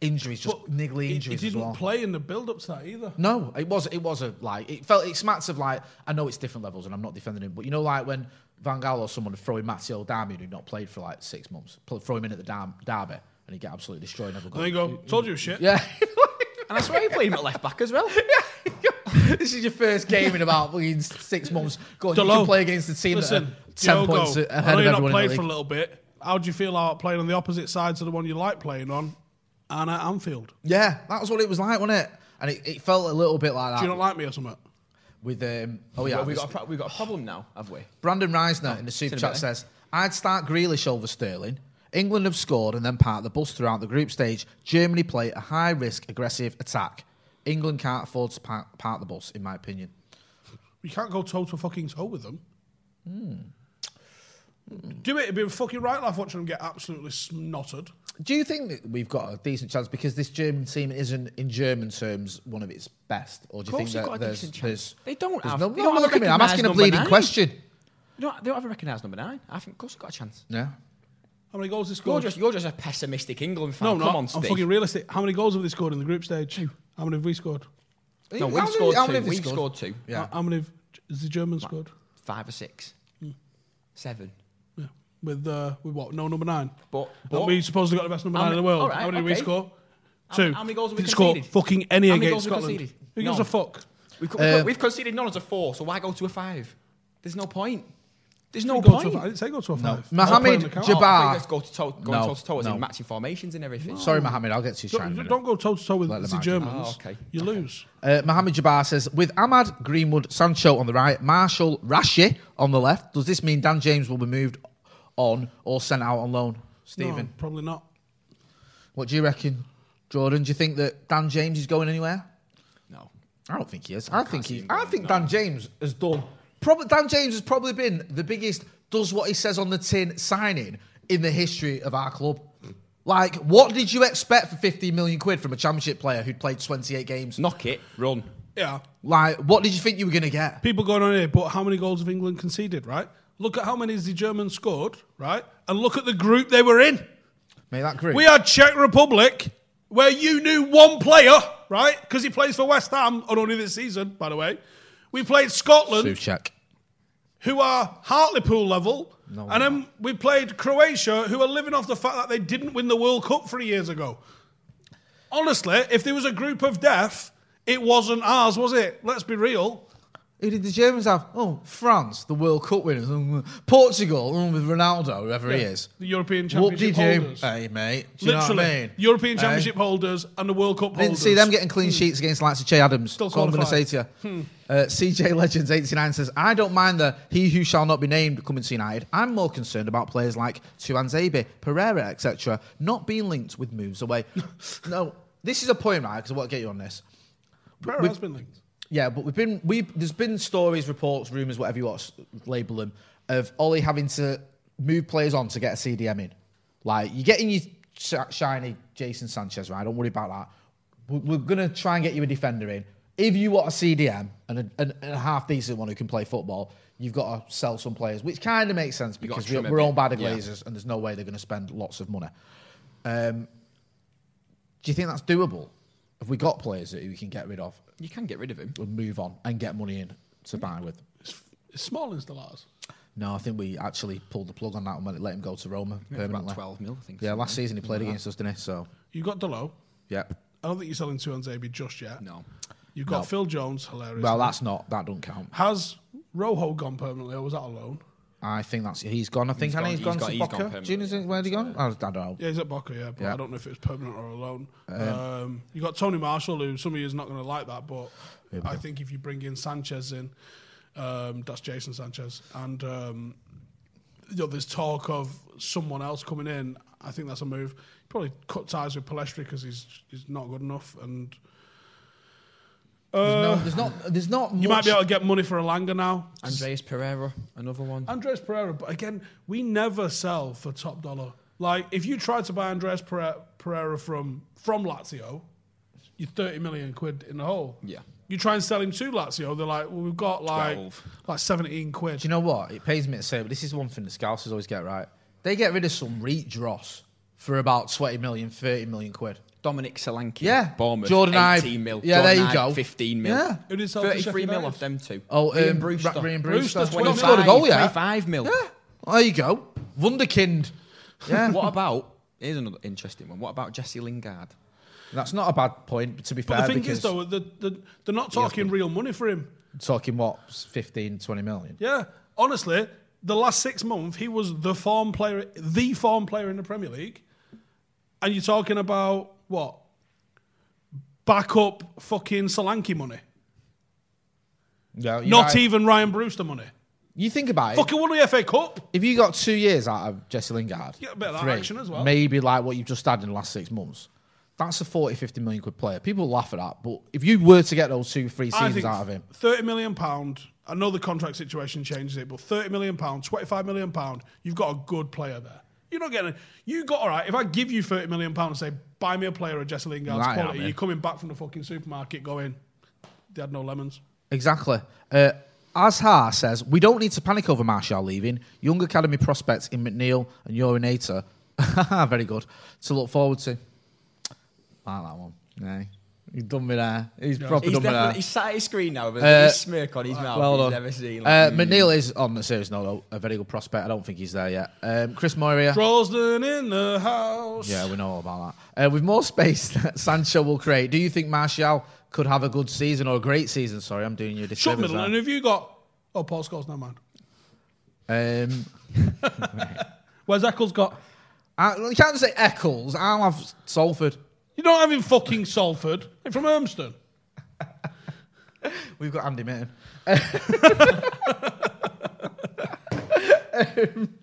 S3: Injuries, just
S2: But
S3: niggly
S2: he-
S3: injuries
S2: He,
S3: as
S2: didn't
S3: well.
S2: play in the build up to that either.
S3: No, it was it was a like it felt it smacks of like I know it's different levels and I'm not defending him, but you know like when Van Gaal or someone would throw in Matteo Darmian who'd not played for like six months, pl- throw him in at the Dar- derby and he'd get absolutely destroyed. Never
S2: And then you go, told you it was shit.
S3: Mm-hmm. Yeah.
S5: And that's why he played him at left back as well.
S3: this is your first game in about fucking six months. Go on, you
S2: Delo,
S3: can play against the team
S2: Listen,
S3: that are ten
S2: Diogo,
S3: points
S2: I
S3: ahead
S2: know
S3: of
S2: you're not
S3: everyone.
S2: played for
S3: in
S2: a
S3: the league.
S2: little bit. How do you feel about playing on the opposite side to the one you like playing on and at Anfield?
S3: Yeah, that was what it was like, wasn't it? And it, it felt a little bit like that
S2: Do you not like me or something?
S3: with um, oh yeah,
S5: Well, we
S3: this-
S5: got a pro- we got a problem now, have we?
S3: Brandon Reisner in the super
S5: seen a
S3: chat
S5: bit, eh?
S3: says, I'd start Grealish over Sterling. England have scored and then part the bus throughout the group stage. Germany play a high risk, aggressive attack. England can't afford to par- part the bus, in my opinion.
S2: You can't go toe to fucking toe with them.
S3: Hmm.
S2: Do it. It'd be a fucking right life watching them get absolutely snotted.
S3: Do you think that we've got a decent chance because this German team isn't, in German terms, one of its best? Or do you think
S5: course
S3: that
S5: they've got a
S3: there's,
S5: decent
S3: there's-
S5: chance. They don't
S3: there's
S5: have-
S3: No,
S5: they
S3: no,
S5: don't have a
S3: look at me. I'm asking a
S5: recognised number
S3: bleeding
S5: nine.
S3: question.
S5: No, they don't have a recognised number nine. I think, of course, they've got a chance.
S3: Yeah.
S2: How many goals has he
S5: You're
S2: scored?
S5: just, you're just a pessimistic England fan.
S3: Oh,
S2: no,
S5: Come
S2: no.
S5: on,
S2: I'm
S5: Steve.
S2: fucking realistic. How many goals have they scored in the group stage? How many have we scored?
S5: no,
S3: How
S5: we've
S3: many-
S5: scored
S3: how
S5: two.
S3: many have they
S5: We've scored two.
S3: Yeah.
S2: How- How many have, has the Germans scored?
S5: Five or six. Seven.
S2: Yeah. With uh, with what? No number nine.
S5: But-
S2: And
S5: but-
S2: we supposedly got the best number
S5: How
S2: nine in the
S5: many-
S2: world.
S5: all right,
S2: how many did we
S5: okay.
S2: score?
S5: How-
S2: Two.
S5: how many goals have we
S2: Didn't score
S5: conceded?
S2: fucking any
S5: How many
S2: against
S5: goals have we
S2: Scotland.
S5: conceded?
S2: Who gives
S5: None.
S2: a fuck?
S5: We've, co- we've, we've conceded none as a four, so why go to a five? There's no point. There's no
S2: Go to a
S5: point.
S2: five. I didn't say go to a five.
S3: Mohamed
S2: Don't play on the
S5: Oh,
S2: count.
S3: Jabbar.
S5: I think let's go to toe, going
S3: No,
S5: toe to toe as
S3: no.
S5: in matching formations and everything.
S3: Sorry, Mohammed. I'll get to you.
S2: Don't, don't go toe to toe with
S3: Let them
S2: the
S3: argue.
S2: Germans.
S5: Oh, okay.
S2: You lose.
S3: Uh, Mohamed Jabbar says, with Ahmad, Greenwood, Sancho on the right, Marshall, Rashi on the left, does this mean Dan James will be moved on or sent out on loan? Stephen,
S2: No, probably not.
S3: what do you reckon? Jordan, do you think that Dan James is going anywhere?
S5: No.
S3: I don't think he is. I, think
S5: see
S3: he.
S5: him
S3: I
S5: going,
S3: think
S5: no.
S3: Dan James has done. Probably Dan James has probably been the biggest does what he says on the tin signing in the history of our club. Like, what did you expect for 15 million quid from a championship player who'd played 28 games?
S5: Knock it, run.
S2: Yeah.
S3: Like, what did you think you were going to get?
S2: People going on here, but how many goals have England conceded, right? Look at how many the Germans scored, right? And look at the group they were in.
S3: Mate, that group.
S2: We had Czech Republic, where you knew one player, right? Because he plays for West Ham, and only this season, by the way. We played Scotland,
S3: Suchek.
S2: who are Hartlepool level, and then we played Croatia, who are living off the fact that they didn't win the World Cup three years ago. Honestly, if there was a group of death, it wasn't ours, was it? Let's be real.
S3: Who did the Germans have? Oh, France, the World Cup winners. Mm, Portugal mm, with Ronaldo, whoever he
S2: Yeah,
S3: is.
S2: the European
S3: What
S2: Championship
S3: did you?
S2: holders.
S3: Hey, mate. Do you know what
S2: Literally,
S3: I mean?
S2: European
S3: Hey?
S2: Championship holders and the World Cup
S3: Didn't
S2: holders. Hmm.
S3: see them getting clean sheets against the likes of Che Adams.
S2: Still
S3: That's all I'm going to say
S2: qualified. Hmm.
S3: to you. Uh, CJ Legends 89 says, I don't mind the he who shall not be named coming to United. I'm more concerned about players like Tuanzebe, Pereira, etc., not being linked with moves away. no, this is a point, right? Because I want to get you on this.
S2: Pereira has been linked.
S3: Yeah, but we've been we there's been stories, reports, rumors, whatever you want to label them, of Ollie having to move players on to get a CDM in. Like you're getting your sh- shiny Jason Sanchez, right? Don't worry about that. We- We're gonna try and get you a defender in. If you want a CDM and a, and and a half decent one who can play football, you've got to sell some players, which kind of makes sense
S5: gotta
S3: because
S5: trim
S3: we're,
S5: a
S3: we're
S5: bit,
S3: owned by the
S5: yeah.
S3: Glazers, and there's no way they're going to spend lots of money. Um, do you think that's doable? Have we got players that we can get rid of?
S5: You can get rid of him.
S3: would move on and get money in to buy with.
S2: Small installers.
S3: No, I think we actually pulled the plug on that one when it let him go to Roma
S5: Yeah, it's
S3: permanently.
S5: about 12 mil, I think.
S3: Yeah,
S5: something
S3: last
S5: like
S3: season he played against us, didn't he? So,
S2: You've got Delo.
S3: yep.
S2: I don't think you're selling Tuanzebe just yet.
S5: No.
S2: You've got
S3: No.
S2: Phil Jones, hilarious.
S3: Well, that's not that don't count.
S2: Has Rojo gone permanently or was that a loan?
S3: I think that's he's gone. I think
S5: gone-
S3: and he's
S5: he's
S3: gone
S5: got-
S3: to
S5: he's gone
S3: Boca. Do you
S5: permanently,
S3: know where he gone? I I don't know.
S2: Yeah, he's at Boca, yeah, but
S3: Yeah.
S2: I don't know if it was permanent or a loan. Um, you got Tony Marshall, who some of you is not going to like that, but I think if you bring in Sanchez in, um, that's Jason Sanchez, and um, you know, there's talk of someone else coming in. I think that's a move. Probably cut ties with Palestri because he's he's not good enough, and uh,
S3: There's no, there's not. There's not.
S2: you might
S3: much,
S2: be able to get money for Alanga now.
S5: that. Andreas Pereira, another one.
S2: Andres Pereira, but again, we never sell for top dollar. Like if you tried to buy Andres Pere- Pereira from from Lazio, you're 30 million quid in the hole.
S5: Yeah.
S2: You try and sell him to Lazio, they're like, well, we've got like
S5: Twelve.
S2: like 17 quid.
S3: Do you know what? It pains me to say, but this is one thing the Scousers always get right. They get rid of some reach dross for about 20 million, 30 million quid.
S5: Dominic Solanke.
S3: Yeah.
S5: Bournemouth.
S3: Jordan Ibe.
S5: 18 mil.
S3: Yeah, there
S5: Jordan
S3: you
S5: Ibe,
S3: go.
S5: 15 mil.
S3: Yeah.
S2: Who did sell to
S5: 33
S2: Sheffield
S5: mil
S2: United?
S5: off them two.
S3: Oh,
S5: Ian
S3: um,
S5: Brewster.
S3: Ra- Ryan
S2: Brewster,
S3: Brewster. He's
S2: 25.
S3: scored a goal, yeah.
S5: 25 mil.
S3: Yeah. Well, there you go. Wunderkind. Yeah.
S5: What about? Here's another interesting one. What about Jesse Lingard?
S3: That's not a bad point, but to be
S2: but
S3: fair,
S2: the thing
S3: because
S2: is though, the, the, they're not talking real money for him.
S3: talking what, 15, 20 million?
S2: Yeah. Honestly, the last six months he was the form player, the form player in the Premier League, and you're talking about what? Backup fucking Solanke money.
S3: Yeah, you
S2: Not
S3: might-
S2: even Ryan Brewster money.
S3: You think about it.
S2: Fucking won the FA Cup.
S3: If you got two years out of Jesse Lingard,
S2: Get a bit of that action as well.
S3: Maybe like what you've just had in the last six months. That's a 40, 50 million quid player. People laugh at that, but if you were to get those two, three
S2: I
S3: seasons
S2: think
S3: out of him,
S2: thirty million pound. I know the contract situation changes it, but thirty million pound, twenty-five million pound. You've got a good player there. You're not getting. You got all right. If I give you thirty million pound and say, buy me a player of Jesse Lingard's
S3: Right,
S2: quality,
S3: I mean.
S2: you're coming back from the fucking supermarket going, they had no lemons.
S3: exactly. Uh, as Haar says, we don't need to panic over Martial leaving. Young academy prospects in McNeil and Urinator, very good, to look forward to. Like that one. Yeah. He's done me there. He's proper
S5: He's,
S3: done me there.
S5: definitely, he's sat at his screen now with
S3: Uh,
S5: a smirk on his mouth.
S3: Well
S5: he's
S3: done.
S5: never seen.
S3: Uh,
S5: Like,
S3: McNeil is on the serious note, though, a very good prospect. I don't think he's there yet. Um, Chris Moira.
S2: Brosnan in the house.
S3: Yeah, we know all about that. Uh, with more space that Sancho will create, do you think Martial could have a good season or a great season? Sorry, I'm doing you a
S2: Shut
S3: disservice.
S2: middle. And
S3: there.
S2: have you got? Oh, Paul Scholes, never mind.
S3: Um,
S2: Where's Eccles got?
S3: I, you can't say Eccles. I'll have Salford.
S2: You don't have him fucking Salford. They're from Ermston.
S3: We've got Andy Mitten. Um,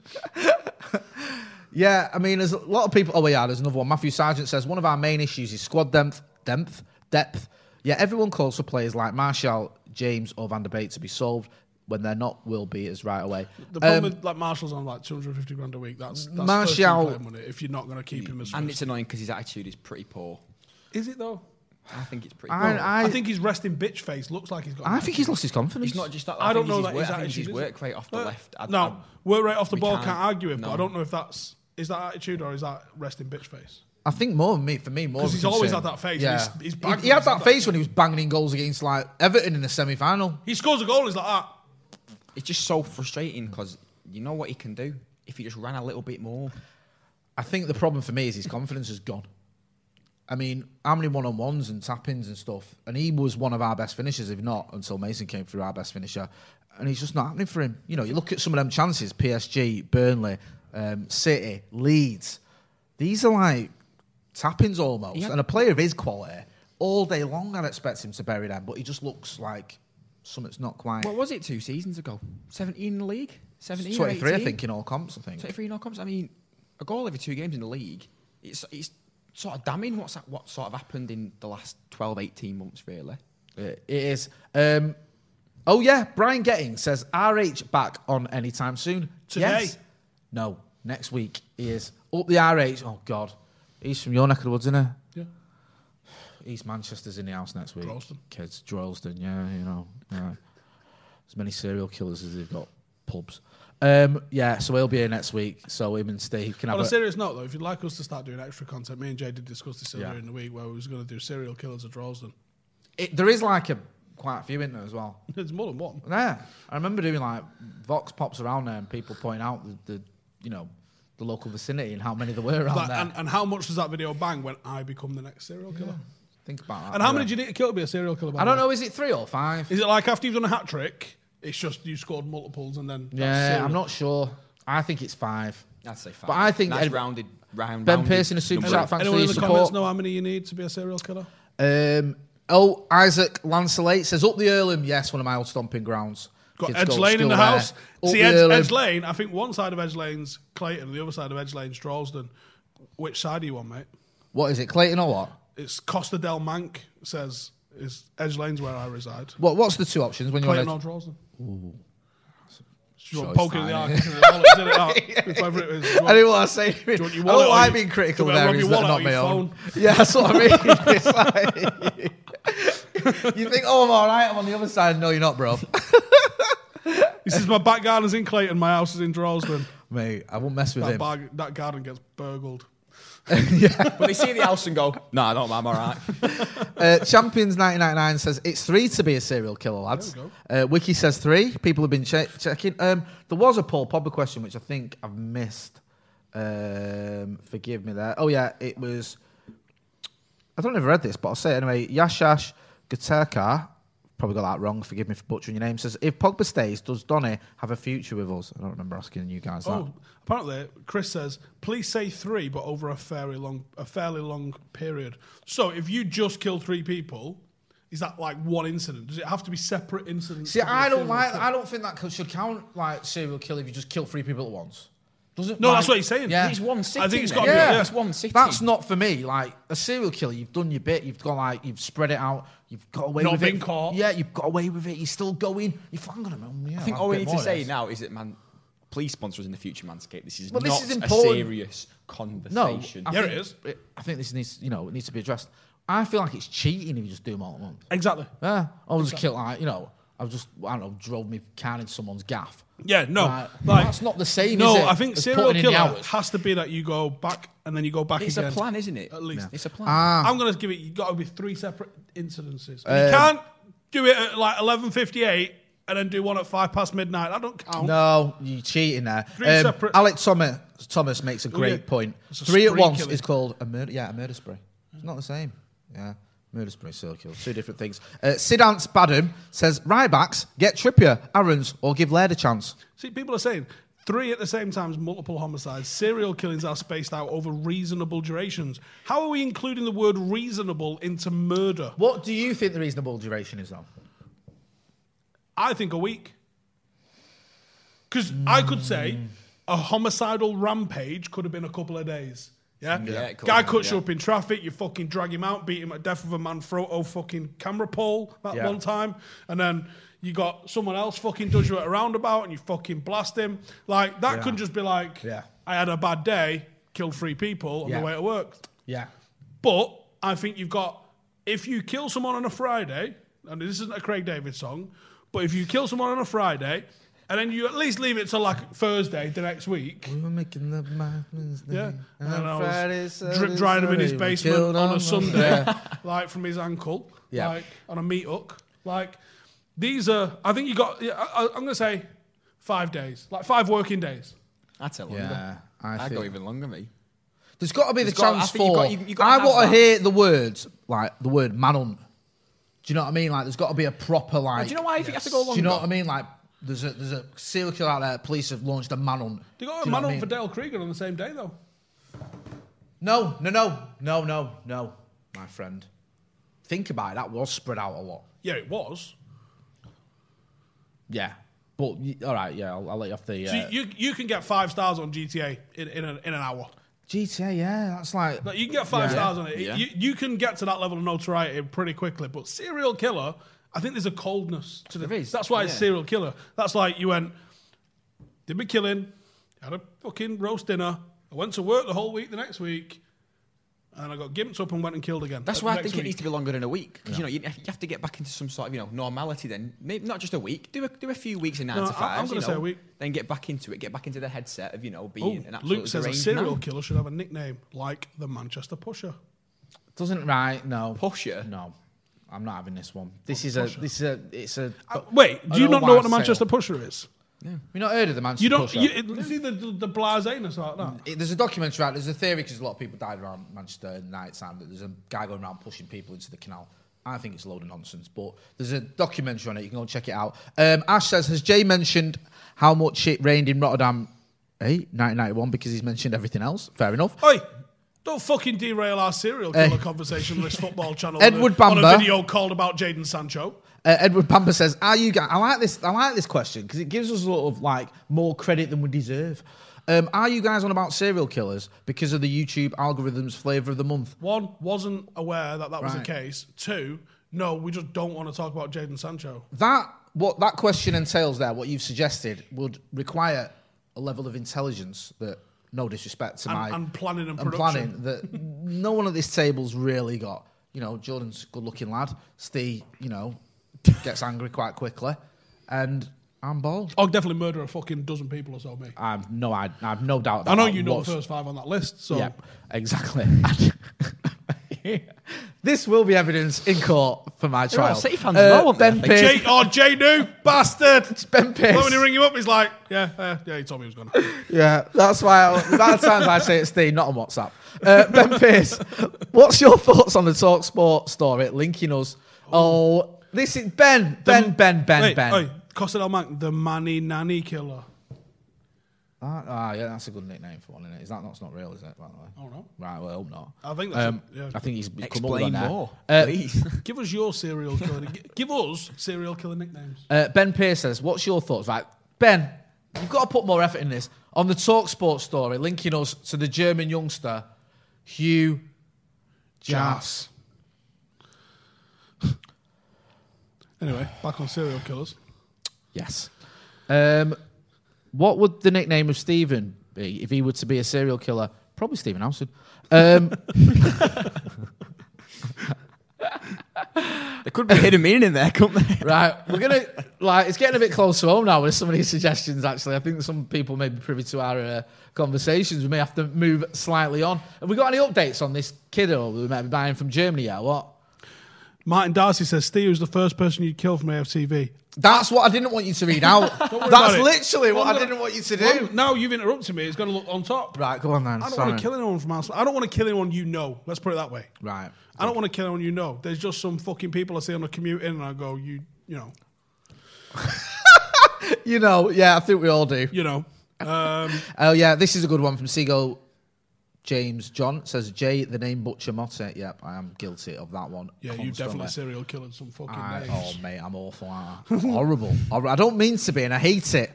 S3: yeah, I mean, there's a lot of people. Oh, yeah, there's another one. Matthew Sargent says one of our main issues is squad depth. Depth. Depth. Yeah, everyone calls for players like Martial, James, or Van der Beek to be solved. When they're not, will be is right away.
S2: The problem
S3: Um,
S2: with like Marshall's on like 250 grand a week. That's, that's
S3: Martial-
S2: Martial money if you're not going to keep him as.
S5: and
S2: first.
S5: it's annoying because his attitude is pretty poor.
S2: Is it though?
S5: I think it's pretty.
S3: I,
S5: poor.
S3: I,
S2: I, think his resting bitch face looks like he's got.
S3: I think he's lost his confidence.
S5: It's not just that.
S2: I, don't know
S5: think
S2: that his
S5: it's his work, I think it's
S2: attitude.
S5: his
S2: is it?
S5: work rate off the
S2: Uh,
S5: left. I-
S2: no,
S5: I-
S2: work rate off the
S5: we
S2: ball can't,
S5: can't-
S2: argue him. But
S5: no.
S2: I don't know if that's is that attitude or is that resting bitch face.
S3: I think more than me for me more
S2: 'Cause
S3: of a
S2: he's always
S3: concern.
S2: had that face. He's- he's
S3: He-
S2: banged
S3: he, had
S2: us in that
S3: that face when he was banging in goals against like Everton in the semi final.
S2: He scores a goal. He's like that.
S5: It's just so frustrating because you know what he can do if he just ran a little bit more.
S3: I think the problem for me is his confidence is gone. I mean, how many one on ones and tap ins and stuff? And he was one of our best finishers, if not until Mason came through our best finisher. And it's just not happening for him. You know, you look at some of them chances PSG, Burnley, um, City, Leeds. These are like tap ins almost.
S5: Yeah.
S3: And a player of his quality, all day long, I'd expect him to bury them. But he just looks like something's not quite.
S5: What was it two seasons ago? 17 in the league? 17 or
S3: 23, I
S5: 18?
S3: think, in all comps, I think.
S5: 23 knock I mean, a goal every two games in the league, it's, it's sort of damning what's, what sort of happened in the last 12, 18 months, really.
S3: It is. Um, oh yeah, Brian Getting says RH back on anytime soon.
S2: Today?
S3: Yes. No, next week he is up the RH. Oh God, he's from your neck of the woods, isn't he?
S2: Yeah.
S3: East Manchester's in the house next week.
S2: Droylsden.
S3: Kids, Droylsden, yeah, you know, yeah. as many serial killers as they've got pubs. Um, yeah, so he'll be here next week. So him and Steve can have
S2: On a
S3: a,
S2: serious note, though, if you'd like us to start doing extra content, me and Jay did discuss this earlier
S3: Yeah.
S2: in the week where we was going to do serial killers at Drolsden.
S3: it, there is like a quite a few in there as well.
S2: There's more than one.
S3: Yeah, I remember doing like Vox pops around there and people point out the, the you know the local vicinity and how many there were around
S2: Like,
S3: there.
S2: and, and how much does that video bang when I become the next serial killer?
S3: Think about that.
S2: And how
S3: Yeah.
S2: many do you need to kill to be a serial killer? by
S3: I don't
S2: the
S3: know.
S2: way?
S3: Is it three or five?
S2: Is it like after you've done a hat trick, it's just you scored multiples and then. that's
S3: yeah,
S2: serial?
S3: I'm not sure. I think it's five.
S5: I'd say five.
S3: But I think
S5: Nice
S3: Ed-
S5: rounded, round,
S3: Ben
S5: rounded
S3: Pearson, a super
S5: number.
S3: chat. Thanks
S2: Anyone in
S3: for your
S2: the
S3: support.
S2: comments know how many you need to be a serial killer?
S3: Um, oh, Isaac Lancelate says up the Earlham. Yes, one of my old stomping grounds.
S2: Got
S3: Kids
S2: Edge
S3: go to
S2: Lane in
S3: school
S2: the
S3: there.
S2: house.
S3: Up
S2: See,
S3: the
S2: Edge,
S3: Earlham.
S2: Edge Lane, I think one side of Edge Lane's Clayton, the other side of Edge Lane's Drolsden. Which side are you on, mate?
S3: What is it, Clayton or what?
S2: It's Costa del Manc says is Edge Lane's where I reside.
S3: What? What's the two options when you're
S2: Clayton
S3: on
S2: or
S3: Edge?
S2: Drolsden? Ooh. Do you want
S3: Choice
S2: poking in the arc?
S3: line,
S2: into the wallet, isn't it? Like, if ever it is, do you
S3: I
S2: want-
S3: didn't want to say anything. Oh,
S2: Do you want your
S3: I
S2: wallet
S3: know
S2: or
S3: I've
S2: you-
S3: been critical
S2: do you want
S3: there.
S2: to
S3: Is
S2: rob
S3: that
S2: your
S3: not
S2: wallet
S3: my
S2: or your
S3: own? Yeah, that's what I mean. It's like- you think, oh, I'm all right. I'm on the other side. No, you're not, bro.
S2: This is my back garden's in Clayton, my house is in Drolsden.
S3: Mate, I won't mess with
S2: That,
S3: him.
S2: bar- that garden gets burgled.
S5: But they see the house and go, no, I don't, I'm all right.
S3: Uh, Champions 1999 says it's three to be a serial killer, lads. Uh, Wiki says three. People have been che- checking. Um, there was a Paul Popper question which I think I've missed. Um, forgive me there. Oh yeah, it was. I don't know if I read this, but I'll say it anyway. Yashash Guterka, probably got that wrong. Forgive me for butchering your name. Says if Pogba stays, does Donny have a future with us? I don't remember asking you guys that.
S2: Oh, apparently Chris says, please say three, but over a fairly long a fairly long period. So if you just kill three people, is that like one incident? Does it have to be separate incidents?
S3: See,
S2: to be a
S3: I don't
S2: serial
S3: like.
S2: killer?
S3: I don't think that should count like serial killer if you just kill three people at once. Doesn't
S2: No,
S3: like-
S2: that's what he's saying.
S3: Yeah.
S5: It's one city.
S2: I think it's
S5: mate.
S2: gotta be-
S3: Yeah,
S2: yeah.
S5: It's one city.
S3: That's not for me. Like a serial killer, you've done your bit. You've got like you've spread it out. You've got away
S2: Not
S3: with
S2: been
S3: it.
S2: caught.
S3: Yeah, you've got away with it. You're still going. You're fucking gonna. Yeah,
S5: I think
S3: I'll
S5: all we
S3: get
S5: need
S3: more
S5: to
S3: of
S5: say
S3: this.
S5: now is that, man, please sponsor us in the future, Manscaped. This is
S3: Well, this
S5: not
S3: is
S5: a
S3: important.
S5: serious
S3: No,
S5: conversation.
S3: I
S2: Yeah,
S3: think,
S2: it is.
S3: I think this needs. You know, it needs to be addressed. I feel like it's cheating if you just do them all at once.
S2: Exactly.
S3: Yeah, I'll just kill like you know. I've just I don't know drove me car into someone's gaff.
S2: Yeah, no.
S3: Right.
S2: Like,
S3: That's not the same,
S2: No,
S3: is it,
S2: I think
S3: as
S2: serial
S3: putting in the
S2: killer
S3: hours?
S2: has to be that you go back and then you go back
S5: it's
S2: again.
S5: a plan, isn't it?
S2: At least.
S5: It's a plan.
S3: Ah,
S2: I'm going to give it, you've got to be three separate incidences. you can't do it at like 11.58 and then do one at five past midnight. That don't count.
S3: No, you're cheating there. Um,
S2: Three separate- Oh,
S3: Alex Thomas, Thomas makes a great
S2: yeah.
S3: point.
S2: It's a
S3: Three at
S2: spree
S3: once
S2: killing.
S3: is called a murder. Yeah, a murder spree. It's not the same. Yeah, murder spree, serial kill. Two different things. Uh, Sidance Badham says Rybacks get Trippier, Aaron's, or give Laird a chance.
S2: See, people are saying three at the same time is multiple homicides. Serial killings are spaced out over reasonable durations. How are we including the word reasonable into murder?
S3: What do you think the reasonable duration is, though?
S2: I think a week. Because I could say a homicidal rampage could have been a couple of days. Yeah?
S5: Yeah, it could
S2: Guy
S5: have been,
S2: cuts you
S5: yeah.
S2: up in traffic, you fucking drag him out, beat him at death with a Manfrotto fucking camera pole that
S3: Yeah.
S2: one time. And then you got someone else fucking does you at a roundabout and you fucking blast him. Like, that could just be like,
S3: Yeah.
S2: I had a bad day, killed three people on
S3: Yeah.
S2: the way to work.
S3: Yeah,
S2: But I think you've got if you kill someone on a Friday, and this isn't a Craig David song, but if you kill someone on a Friday, and then you at least leave it till like Thursday the next week.
S3: we were making the mountains.
S2: Yeah, and then I was drip
S3: Saturday,
S2: drying him in his
S3: Sunday, we
S2: basement
S3: chilled
S2: on a Sunday,
S3: Yeah.
S2: like from his ankle,
S3: Yeah.
S2: like on a meat hook. Like these are, I think you got. yeah, I, I- I'm gonna say five days, like five working days.
S5: I'd say longer.
S3: Yeah, I
S5: I'd go
S3: think-
S5: even longer, me.
S3: There's got to be the
S5: There's got- I
S3: chance
S5: think you've
S3: for.
S5: got- you- you've got to
S3: I
S5: have
S3: want
S5: that.
S3: to hear the words like the word manhunt. Do you know what I mean? Like, there's got to be a proper like.
S5: do you know why I think you have to go
S3: Do you know
S5: longer?
S3: what I mean? Like, there's a there's a serial killer out there. Police have launched a manhunt.
S2: They
S3: Do
S2: got a
S3: you know
S2: man
S3: what I
S2: up
S3: mean?
S2: for Dale Krieger on the same day though.
S3: No, no, no, no, no, no, my friend. Think about it. That was spread out a lot.
S2: Yeah, it was.
S3: Yeah, but y- all right. Yeah, I'll, I'll let you off the. Uh,
S2: So you you can get five stars on GTA in in, an in an hour.
S3: GTA. Yeah, that's like.
S2: Like you can get five
S3: Yeah.
S2: stars on it. You, you can get to that level of notoriety pretty quickly. But serial killer, I think there's a coldness to the.
S5: There is,
S2: That's why it's
S5: yeah.
S2: serial killer. That's like you went, did me killing, had a fucking roast dinner. I went to work the whole week. The next week, and I got gimped up and went and killed again.
S5: That's
S2: the
S5: why I
S2: next
S5: think
S2: week.
S5: it needs to be longer than a week. Because, you know, you, you have to get back into some sort of, you know, normality then. Maybe not just a week. Do a, do a few weeks in 9
S2: No,
S5: to
S2: I-
S5: 5.
S2: I'm
S5: you
S2: gonna
S5: know,
S2: say a week.
S5: Then get back into it. Get back into the headset of, you know, being
S2: Oh,
S5: an absolute
S2: Luke says a serial killer should have a nickname like the Manchester Pusher.
S3: Doesn't right? No.
S5: Pusher?
S3: No. I'm not having this one. This is a this is a it's a.
S2: Wait, do you
S3: an
S2: not know what
S3: all-wide
S2: the Manchester
S3: sale.
S2: pusher is?
S3: You not heard of the Manchester
S2: You don't
S3: Pusher?
S2: you, it- see the the, the blaseness like that.
S3: It- there's a documentary out. There's a theory because a lot of people died around Manchester in night time. That there's a guy going around pushing people into the canal. I think it's a load of nonsense, but there's a documentary on it. You can go and check it out. Um, Ash says, has Jay mentioned how much it rained in Rotterdam? Hey, 1991 because he's mentioned everything else. Fair enough.
S2: Oi, don't fucking derail our serial killer conversation on this football channel.
S3: Eh. Edward
S2: on a, on
S3: Bamba.
S2: a video called about Jaden Sancho.
S3: Uh, Edward Pamper says, "Are you guys? I like this. I like this question because it gives us sort of like more credit than we deserve. Um, are you guys on about serial killers because of the YouTube algorithms flavor of the month?
S2: One wasn't aware that that was the
S3: Right.
S2: case. Two, no, we just don't want to talk about Jaden Sancho.
S3: That what that question entails there, what you've suggested, would require a level of intelligence that, no disrespect to
S2: And-
S3: my
S2: and planning and
S3: planning that no one at this table's really got. You know, Jordan's a good-looking lad. Steve, you know, gets angry quite quickly, and I'm bald.
S2: I'll definitely murder a fucking dozen people or so. Me,
S3: I've no, I, I've no doubt. That
S2: I know
S3: that
S2: you know
S3: was-
S2: the first five on that list. So
S3: Oh, Yeah, exactly. this will be evidence in court for my
S5: all
S3: trial. Uh,
S5: City fans now, aren't they?
S3: ben
S5: Like,
S3: Pearce-
S2: Jay or Jay New bastard.
S3: Ben Pearce.
S2: Like when you ring him up, he's like, yeah, uh, yeah, he told me he was gonna.
S3: Yeah, that's why. I, the amount of times I say it's Steve, not on WhatsApp. Uh, ben Pearce, what's your thoughts on the Talk Sport story linking us? Oh, this is Ben, Ben, Ben, Ben,
S2: Hey,
S3: Ben.
S2: hey, Costa del Monte, the Manny Nanny killer.
S3: Ah, ah, yeah, that's a good nickname for one, isn't it? Is that not, it's not real, is it? By the way, oh
S2: no.
S3: Right, well, I hope not.
S2: I think that's
S3: um,
S2: it, yeah.
S3: I think he's he's come up with
S5: Explain
S3: that now.
S5: more,
S3: Uh,
S5: please.
S2: Give us your serial killer. Gi- Give us serial killer nicknames.
S3: Uh, ben Pearce says, "What's your thoughts?" Right, Ben, you've got to put more effort in this on the Talk Sport story linking us to the German youngster Hugh Jas.
S2: Anyway, back on serial killers.
S3: Yes. Um, what would the nickname of Stephen be if he were to be a serial killer? Probably Stephen Housen. Um,
S5: There could be a hidden meaning in there, couldn't there?
S3: right, we're gonna like it's getting a bit close to home now with some of these suggestions. Actually, I think some people may be privy to our uh, conversations. We may have to move slightly on. Have we got any updates on this kiddo we might be buying from Germany? Yeah, what?
S2: Martin Darcy says Steve was the first person you'd kill from AFTV.
S3: That's what I didn't want you to read out.
S2: Don't worry
S3: That's
S2: about it.
S3: literally what
S2: I'm
S3: I
S2: gonna-
S3: didn't want you to
S2: Well,
S3: do.
S2: now you've interrupted me. It's going to look on top.
S3: Right, go on then.
S2: I don't
S3: Sorry.
S2: want to kill anyone from outside. I don't want to kill anyone you know. Let's put it that way.
S3: Right.
S2: I don't want to kill anyone you know. There's just some fucking people I see on the commute in, and I go, you, you know,
S3: You know, yeah, I think we all do.
S2: you know. Um,
S3: Oh yeah, this is a good one from Seagull. James John It says Jay the name Butcher Motte. Yep, I am guilty of that one.
S2: yeah, you definitely
S3: constantly.
S2: serial killed some fucking
S3: I,
S2: names.
S3: oh mate, I'm awful. at that. Horrible. Hor- I don't mean to be, and I hate it,